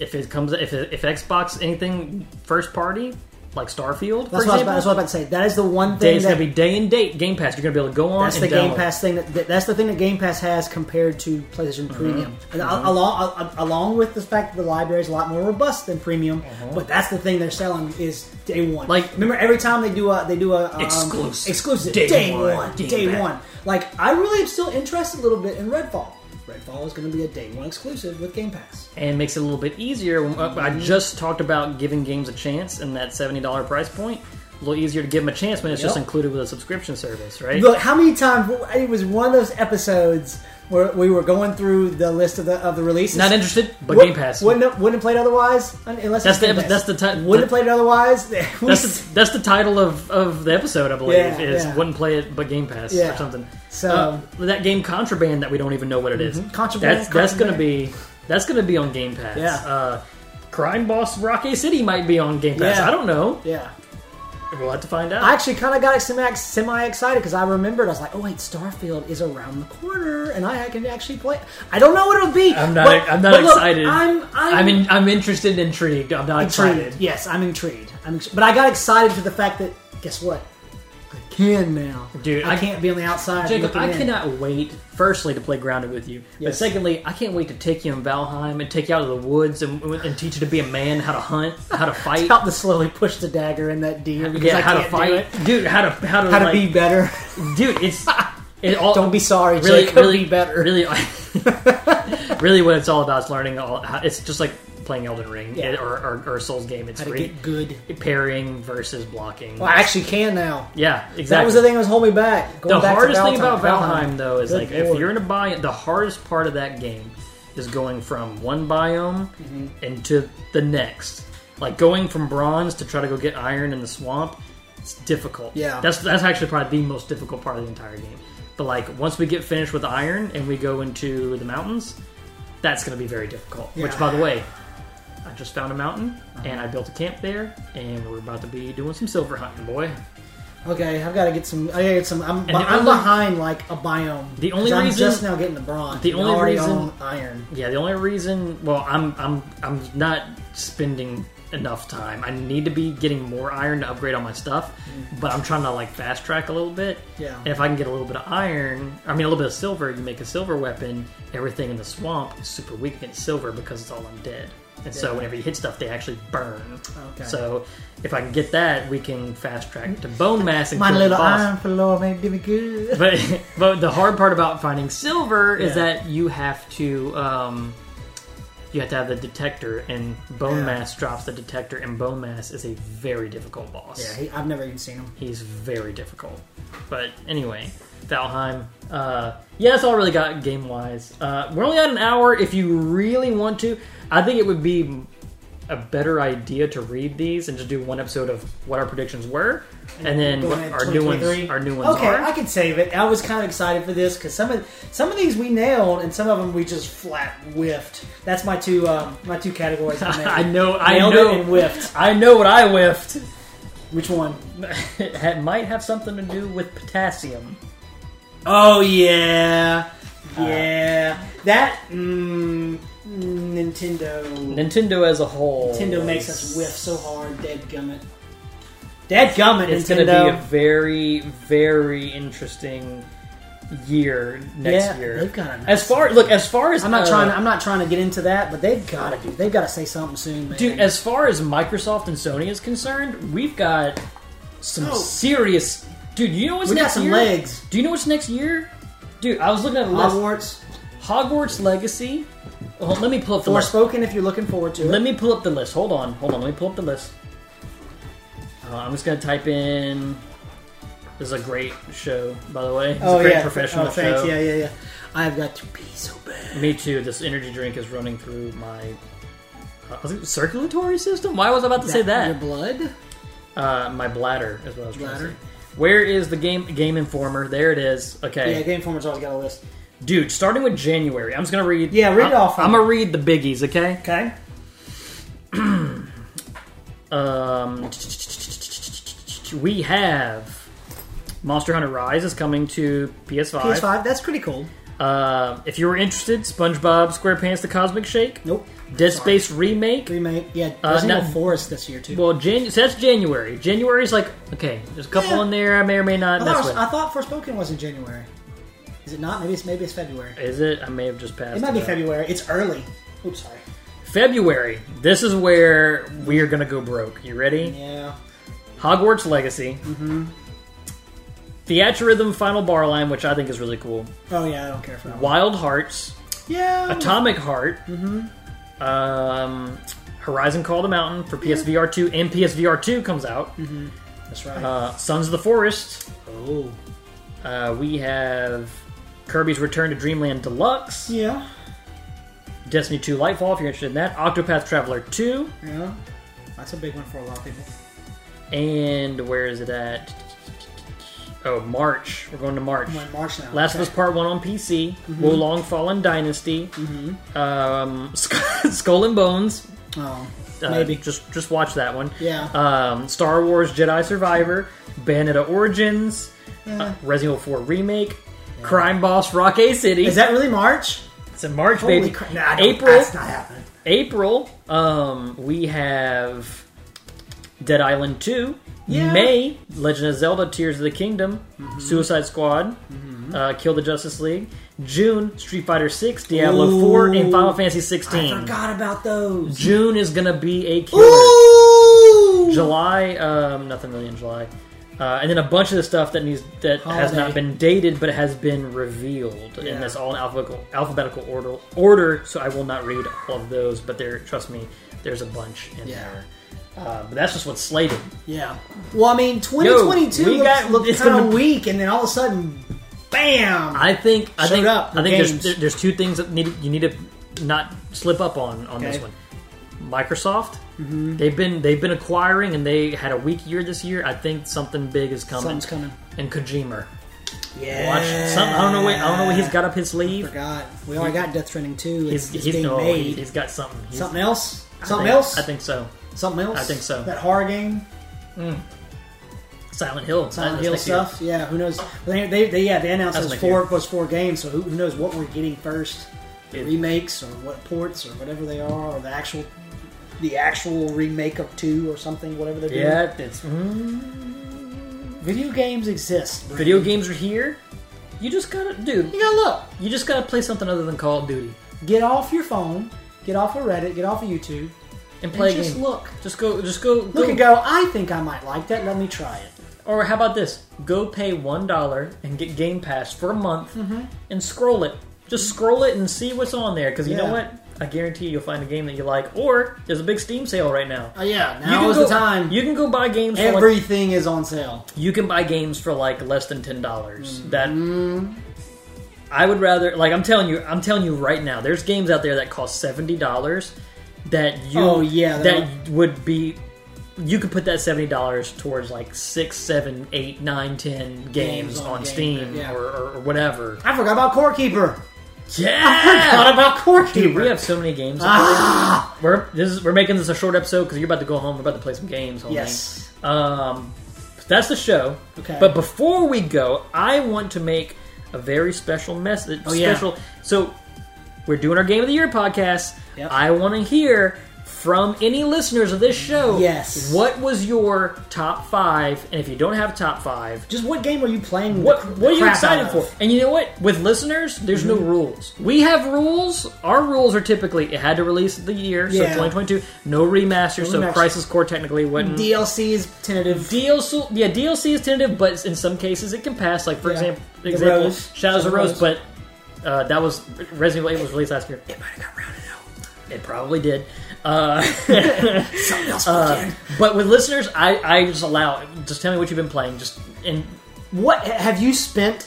S2: If it comes, if if Xbox anything first party like Starfield, for
S3: That's what,
S2: example,
S3: I was about, that's what I was about to say. That is the one
S2: day
S3: thing
S2: it's
S3: that
S2: gonna be day and date Game Pass. You're gonna be able to go on.
S3: that's
S2: and
S3: the Game
S2: download.
S3: Pass thing. That, that- that's the thing that Game Pass has compared to
S2: Mm-hmm.
S3: PlayStation Premium. And al- Along al- al- along with the fact that the library is a lot more robust than Premium, but that's the thing they're selling is day one.
S2: Uh-huh. Like-
S3: remember every time they do a they do a um,
S2: Exclusive.
S3: exclusive day,
S2: Day
S3: one,
S2: one. Game
S3: day
S2: Pass.
S3: one. Like I really am still interested a little bit in Redfall. Redfall is going to be a day one exclusive with Game Pass.
S2: and makes it a little bit easier. When- uh, I just talked about giving games a chance and that seventy dollar price point. A little easier to give them a chance when it's just
S3: Yep.
S2: included with a subscription service, right?
S3: Look, how many times it was one of those episodes where we were going through the list of the of the releases.
S2: Not interested, but Game Pass.
S3: Wouldn't have, wouldn't have played otherwise un- unless
S2: That's
S3: it's
S2: the
S3: Game
S2: epi-
S3: Pass.
S2: that's the ti-
S3: wouldn't have played it otherwise. We
S2: that's
S3: s-
S2: the, that's the title of, of the episode, I believe.
S3: Yeah,
S2: is
S3: yeah.
S2: wouldn't play it, but Game Pass
S3: Yeah.
S2: or something.
S3: So-
S2: Uh, that game Contraband that we don't even know what it is.
S3: Mm-hmm. Contraband,
S2: That's that's gonna be that's gonna be on Game Pass.
S3: Yeah.
S2: Uh, Crime Boss Rocky City might be on Game Pass.
S3: Yeah.
S2: I don't know.
S3: yeah.
S2: We'll have to find out.
S3: I actually kind of got semi semi excited because I remembered I was like, oh wait, Starfield is around the corner, and I, I can actually play. I don't know what it'll be.
S2: I'm not.
S3: but-
S2: I'm not
S3: but look,
S2: excited.
S3: I'm I'm,
S2: I'm, in, I'm interested, and intrigued. I'm not
S3: intrigued.
S2: excited.
S3: Yes, I'm intrigued. I'm ex- but I got excited to the fact that guess what? I can now,
S2: Dude,
S3: I,
S2: I-
S3: can't be on the outside.
S2: Jacob,
S3: looking
S2: I
S3: in.
S2: cannot wait. Firstly, to play grounded with you, but
S3: Yes.
S2: secondly, I can't wait to take you in Valheim and take you out of the woods and, and teach you to be a man, how to hunt, how to fight,
S3: Help to slowly push the dagger in that deer because
S2: yeah,
S3: I
S2: how to
S3: can't do
S2: fight,
S3: it.
S2: dude, how to how to
S3: How to
S2: like,
S3: be better?
S2: dude. It's it all
S3: Don't be sorry,
S2: really
S3: Jacob.
S2: really better. Really, really, what it's all about is learning. All how- it's just like playing Elden Ring
S3: Yeah.
S2: it- or, or, or a Souls game. It's
S3: How to
S2: re-
S3: get good.
S2: parrying versus blocking.
S3: Well, I actually can now.
S2: Yeah, exactly.
S3: That was the thing that was holding me back. Going
S2: the
S3: back to
S2: hardest thing about
S3: Valheim.
S2: Valheim, though is
S3: Good
S2: like if
S3: lord.
S2: you're in a biome, the hardest part of that game is going from one biome
S3: Mm-hmm.
S2: into the next. Like going from bronze to try to go get iron in the swamp, it's difficult.
S3: Yeah.
S2: that's that's actually probably the most difficult part of the entire game. But like once we get finished with iron and we go into the mountains, that's going to be very difficult. Which,
S3: Yeah. Uh-huh.
S2: by the way, I just found a mountain and I built a camp there, and we're about to be doing some silver hunting, boy.
S3: Okay, I've got to get some. I gotta get some. I'm,
S2: the
S3: I'm
S2: only-
S3: behind like a biome.
S2: The only
S3: 'Cause I'm
S2: reason-
S3: just now getting the bronze.
S2: the
S3: and I
S2: only
S3: already
S2: reason-
S3: own iron.
S2: Yeah, the only reason, well, I'm I'm I'm not spending enough time. I need to be getting more iron to upgrade all my stuff, but I'm trying to like fast track a little bit.
S3: Mm. Yeah.
S2: And if I can get a little bit of iron, I mean a little bit of silver, you make a silver weapon. Everything in the swamp is super weak against silver because it's all undead. And so
S3: Yeah.
S2: whenever you hit stuff, they actually burn.
S3: Okay.
S2: So if I can get that, we can fast track to bone mass and
S3: My
S2: kill
S3: little
S2: the boss
S3: iron floor may do me good.
S2: but but the hard part about finding silver is
S3: Yeah.
S2: that you have to um, you have to have the detector, and bone
S3: Yeah.
S2: mass drops the detector, and bone mass is a very difficult boss.
S3: Yeah, he, I've never even seen him.
S2: He's very difficult. But anyway, Valheim. Uh, yeah, that's all I really got game wise. Uh, we're only at an hour. If you really want to, I think it would be a better idea to read these and just do one episode of what our predictions were, and then
S3: Going
S2: what
S3: at
S2: our new ones.
S3: 2023?
S2: Our new ones
S3: Okay,
S2: are.
S3: I can save it. I was kind of excited for this because some of some of these we nailed, and some of them we just flat whiffed. That's my two um, my two categories. I, made.
S2: I know. I
S3: Nailed
S2: know.
S3: it and whiffed.
S2: I know what I whiffed.
S3: Which one?
S2: it ha- might have something to do with potassium.
S3: Oh yeah, yeah. that mm, Nintendo.
S2: Nintendo as a whole.
S3: Nintendo makes us whiff so hard. Dead gummit. Dead gummit.
S2: It's
S3: Nintendo.
S2: going to be a very, very interesting year next
S3: Yeah,
S2: year.
S3: they've gotta know
S2: as far look as far as
S3: I'm not
S2: uh,
S3: trying. I'm not trying to get into that, but they've got to do. They've got to say something soon, man.
S2: Dude, as far as Microsoft and Sony is concerned, we've got some
S3: Oh.
S2: serious. Dude, you know what's
S3: we got
S2: next
S3: some
S2: year?
S3: legs.
S2: Do you know what's next year? Dude, I was looking at a list.
S3: Hogwarts,
S2: Hogwarts Legacy. Hold- let me pull up the list.
S3: Forspoken. If you're looking forward to it,
S2: Let me pull up the list. Hold on, hold on. Let me pull up the list. Uh, I'm just gonna type in. This is a great show, by the way. It's a great professional
S3: oh, thanks.
S2: show.
S3: Yeah, yeah, yeah. I've got to pee so bad.
S2: Me too. This energy drink is running through my uh, was it circulatory system. Why was I about to say
S3: Your
S2: that?
S3: blood.
S2: Uh, my bladder is what I was trying
S3: Bladder.
S2: to say. Where is the game Game Informer? There it is. Okay,
S3: Yeah, Game Informer's always got a list.
S2: dude. Starting with January, I'm just gonna read.
S3: Yeah, read it
S2: I'm,
S3: off.
S2: I'm gonna read the biggies. Okay.
S3: Okay.
S2: Um, we have Monster Hunter Rise is coming to PS5.
S3: PS5. That's pretty cool.
S2: Uh, if you were interested, SpongeBob SquarePants: The Cosmic Shake,
S3: Nope.
S2: Dead Space remake.
S3: Remake. Yeah.
S2: Uh,
S3: Resident
S2: now-
S3: Evil Forest this year too.
S2: Well, Jan- so that's January. January's like okay, there's a couple
S3: Yeah.
S2: in there I may or may not
S3: I
S2: mess
S3: thought,
S2: with.
S3: I thought Forspoken was in January. Is it not? Maybe it's maybe it's February.
S2: Is it? I may have just passed.
S3: It might be
S2: up.
S3: February. It's early. Oops, sorry.
S2: February. This is where we are gonna go broke. You ready?
S3: Yeah.
S2: Hogwarts Legacy. Mm-hmm. Theatrhythm Final Bar Line, which I think is really cool.
S3: Oh yeah, I don't care for that. One.
S2: Wild Hearts.
S3: Yeah.
S2: Atomic Heart, um, Horizon Call the Mountain for PSVR 2, and PSVR 2 comes out.
S3: That's right.
S2: Uh, Sons of the Forest,
S3: oh.
S2: uh, we have Kirby's Return to Dreamland Deluxe,
S3: Yeah.
S2: Destiny 2 Lightfall, if you're interested in that, Octopath Traveler 2,
S3: Yeah. That's a big one for a lot of people.
S2: and where is it at? Oh, March. We're going to March.
S3: We're in March now.
S2: Last of Us Part 1 on PC, Wolong Fallen Dynasty, um, Skull and Bones.
S3: Oh.
S2: Uh,
S3: Maybe.
S2: Just, just watch that one.
S3: Yeah.
S2: um, Star Wars Jedi Survivor, Bayonetta Origins, uh, Resident Evil 4 Remake, Crime Boss Rock A City.
S3: Is that really March?
S2: it's in March,
S3: Holy
S2: baby.
S3: crap! Nah, I don't-
S2: April,
S3: That's not happening.
S2: April. Um, we have Dead Island 2.
S3: Yeah. Mm-hmm.
S2: May, Legend of Zelda: Tears of the Kingdom, Suicide Squad, uh, Kill the Justice League. June, Street Fighter 6, Diablo 4, and
S3: Ooh.
S2: Final Fantasy
S3: I
S2: 16.
S3: forgot about those.
S2: June is gonna be a killer.
S3: Ooh.
S2: July, um, nothing really in July. Uh, and then a bunch of the stuff that needs that has
S3: Holiday.
S2: not been dated but has been revealed,
S3: Yeah.
S2: and that's all in alphabetical alphabetical order. Order, so I will not read all of those, but there, trust me, there's a bunch in
S3: Yeah.
S2: there. Uh, but that's just what's slated.
S3: Yeah. Well, I mean, 2022
S2: Yo, we
S3: looks,
S2: got-
S3: looks
S2: it's
S3: kind
S2: gonna-
S3: of weak, and then all of a sudden, bam!
S2: I think I
S3: Showed
S2: think
S3: up
S2: I
S3: with
S2: think
S3: games.
S2: there's, there- there's two things that need you need to not slip up on on this
S3: Okay.
S2: one. Microsoft, they've been they've been acquiring, and they had a weak year this year. I think something big is coming.
S3: Something's coming.
S2: And Kojima,
S3: Yeah.
S2: watch some. I don't know. What, I don't know what he's got up his sleeve.
S3: Forgot. We already got Death Stranding 2. It's,
S2: He's,
S3: it's
S2: he's,
S3: being
S2: no,
S3: made.
S2: he- he's got something. He's,
S3: Something else?
S2: I
S3: Something
S2: think-
S3: else?
S2: I think so.
S3: Something else?
S2: I think so.
S3: That horror game,
S2: Silent Hill.
S3: Silent
S2: that's
S3: Hill
S2: next year.
S3: stuff. Yeah, who knows? They, they, they yeah, they announced
S2: That's
S3: those
S2: next
S3: four
S2: year.
S3: plus four games, so who, who knows what we're getting first? The
S2: It-
S3: remakes or what ports or whatever they are, or the actual, the actual remake of two or something, whatever they're doing.
S2: Yeah, it's mm,
S3: Video games exist. Brandon.
S2: video games are here. You just gotta, dude.
S3: You gotta look.
S2: You just gotta play something other than Call of Duty
S3: Get off your phone. Get off of Reddit. Get off of YouTube.
S2: and
S3: And
S2: play a
S3: just
S2: game.
S3: look.
S2: Just go, just go, go,
S3: Look and go. I think I might like that. Let me try it.
S2: Or how about this? Go pay one dollar and get Game Pass for a month
S3: Mm-hmm.
S2: and scroll it. Just scroll it and see what's on there. Because you
S3: Yeah.
S2: know what? I guarantee you'll find a game that you like. Or there's a big Steam sale right now.
S3: Oh yeah,
S2: you
S3: now
S2: can
S3: is
S2: go,
S3: the time.
S2: You can go buy games. for like,
S3: Everything is on sale.
S2: you can buy games for like less than ten dollars.
S3: Mm-hmm.
S2: That I would rather like I'm telling you, I'm telling you right now, there's games out there that cost seventy dollars that you
S3: Oh, yeah, they're-
S2: that would be you could put that seventy dollars towards like six, seven, eight, nine, ten games,
S3: Games on
S2: on,
S3: Game
S2: Steam
S3: Pass, yeah.
S2: or, or, or whatever.
S3: I forgot about Core Keeper. Forgot
S2: Yeah,
S3: about Ah! Core Keeper.
S2: dude, we have so many games. We're this is, we're making this a short episode because you're about to go home. We're about to play some games. homie.
S3: yes.
S2: Um, that's the show.
S3: Okay.
S2: But before we go, I want to make a very special message.
S3: Oh, yeah.
S2: Special. So we're doing our Game of the Year podcast.
S3: Yep.
S2: I want to hear from any listeners of this show.
S3: Yes.
S2: What was your top five? And if you don't have top five,
S3: Just what game are you playing?
S2: what
S3: the cr-
S2: what are you
S3: crap
S2: excited
S3: out
S2: for?
S3: of? Mm-hmm.
S2: And you know what? With listeners, there's no rules. We have rules. Our rules are typically it had to release the year, so
S3: Yeah.
S2: 2022. No remaster, so
S3: remaster.
S2: Crisis Core technically wasn't
S3: DLC is tentative.
S2: DLC, yeah, DLC is tentative, but in some cases it can pass. Like for
S3: Yeah.
S2: example,
S3: The
S2: example
S3: Rose.
S2: Shadows of
S3: Shadow
S2: Rose,
S3: Rose.
S2: but uh, that was Resident Evil 8 was released last year. It might have got rounded out. It probably did. Uh,
S3: Something else again.
S2: but with listeners, I, I just allow. Just tell me what you've been playing. Just and
S3: What have you spent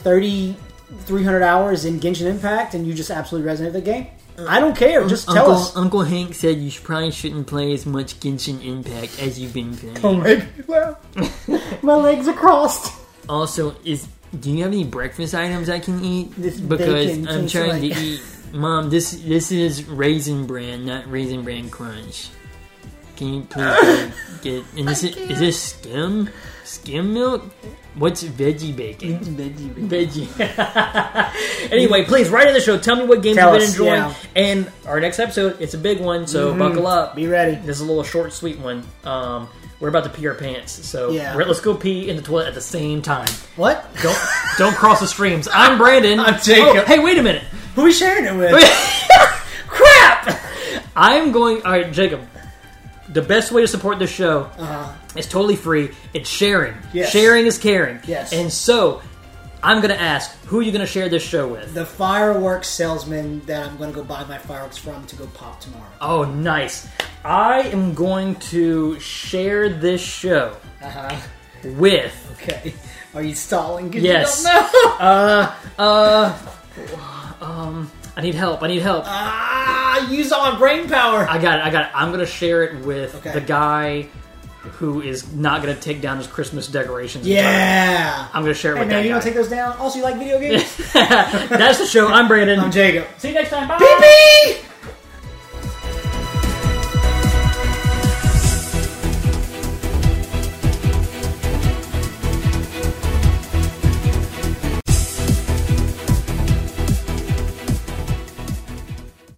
S3: 30, 300 hours in Genshin Impact and you just absolutely resonate with the game? I don't care. Just tell us.
S2: Uncle Hank said you probably shouldn't play as much Genshin Impact as you've been playing.
S3: Don't make me laugh. My legs are crossed.
S2: Also, is do you have any breakfast items I can eat?
S3: This
S4: because
S3: bacon
S4: I'm
S3: tastes
S4: trying
S3: like-
S4: to eat. Mom, this this is Raisin Bran, not Raisin Bran Crunch. Can you please go get? And this is, is this skim skim milk? What's veggie bacon?
S3: Veggie
S2: Veggie. anyway, please write in the show. Tell me what games
S3: Tell
S2: you've been
S3: us,
S2: enjoying.
S3: yeah. Mm-hmm.
S2: And our next episode, it's a big one, so buckle up.
S3: Be ready.
S2: This is a little short, sweet one. Um, we're about to pee our pants, so
S3: Yeah.
S2: we're- let's go pee in the toilet at the same time.
S3: What?
S2: Don't don't cross the streams. I'm Brandon.
S3: I'm
S2: Oh,
S3: Jacob.
S2: hey, wait a minute.
S3: Who we sharing it with?
S2: Crap. I'm going. All right, Jacob. The best way to support this show
S3: Uh,
S2: it's totally free. It's sharing.
S3: Yes.
S2: Sharing is caring.
S3: Yes.
S2: And so, I'm going to ask, who are you going to share this show with?
S3: the fireworks salesman that I'm going to go buy my fireworks from to go pop tomorrow.
S2: Oh, nice. I am going to share this show
S3: Uh-huh.
S2: with.
S3: Okay. Are you stalling? 'Cause
S2: Yes.
S3: You don't know.
S2: I need help. I need help.
S3: ah, use all my brain power.
S2: I got it. I got it. I'm going to share it with
S3: Okay.
S2: the guy who is not going to take down his Christmas decorations. in time.
S3: Yeah.
S2: I'm going to share it
S3: Hey
S2: with
S3: man,
S2: that
S3: you don't
S2: guy.
S3: take those down. Also, you like video games?
S2: That's the show. I'm Brandon.
S3: I'm Jacob.
S2: See you next time. Bye.
S3: Beep beep.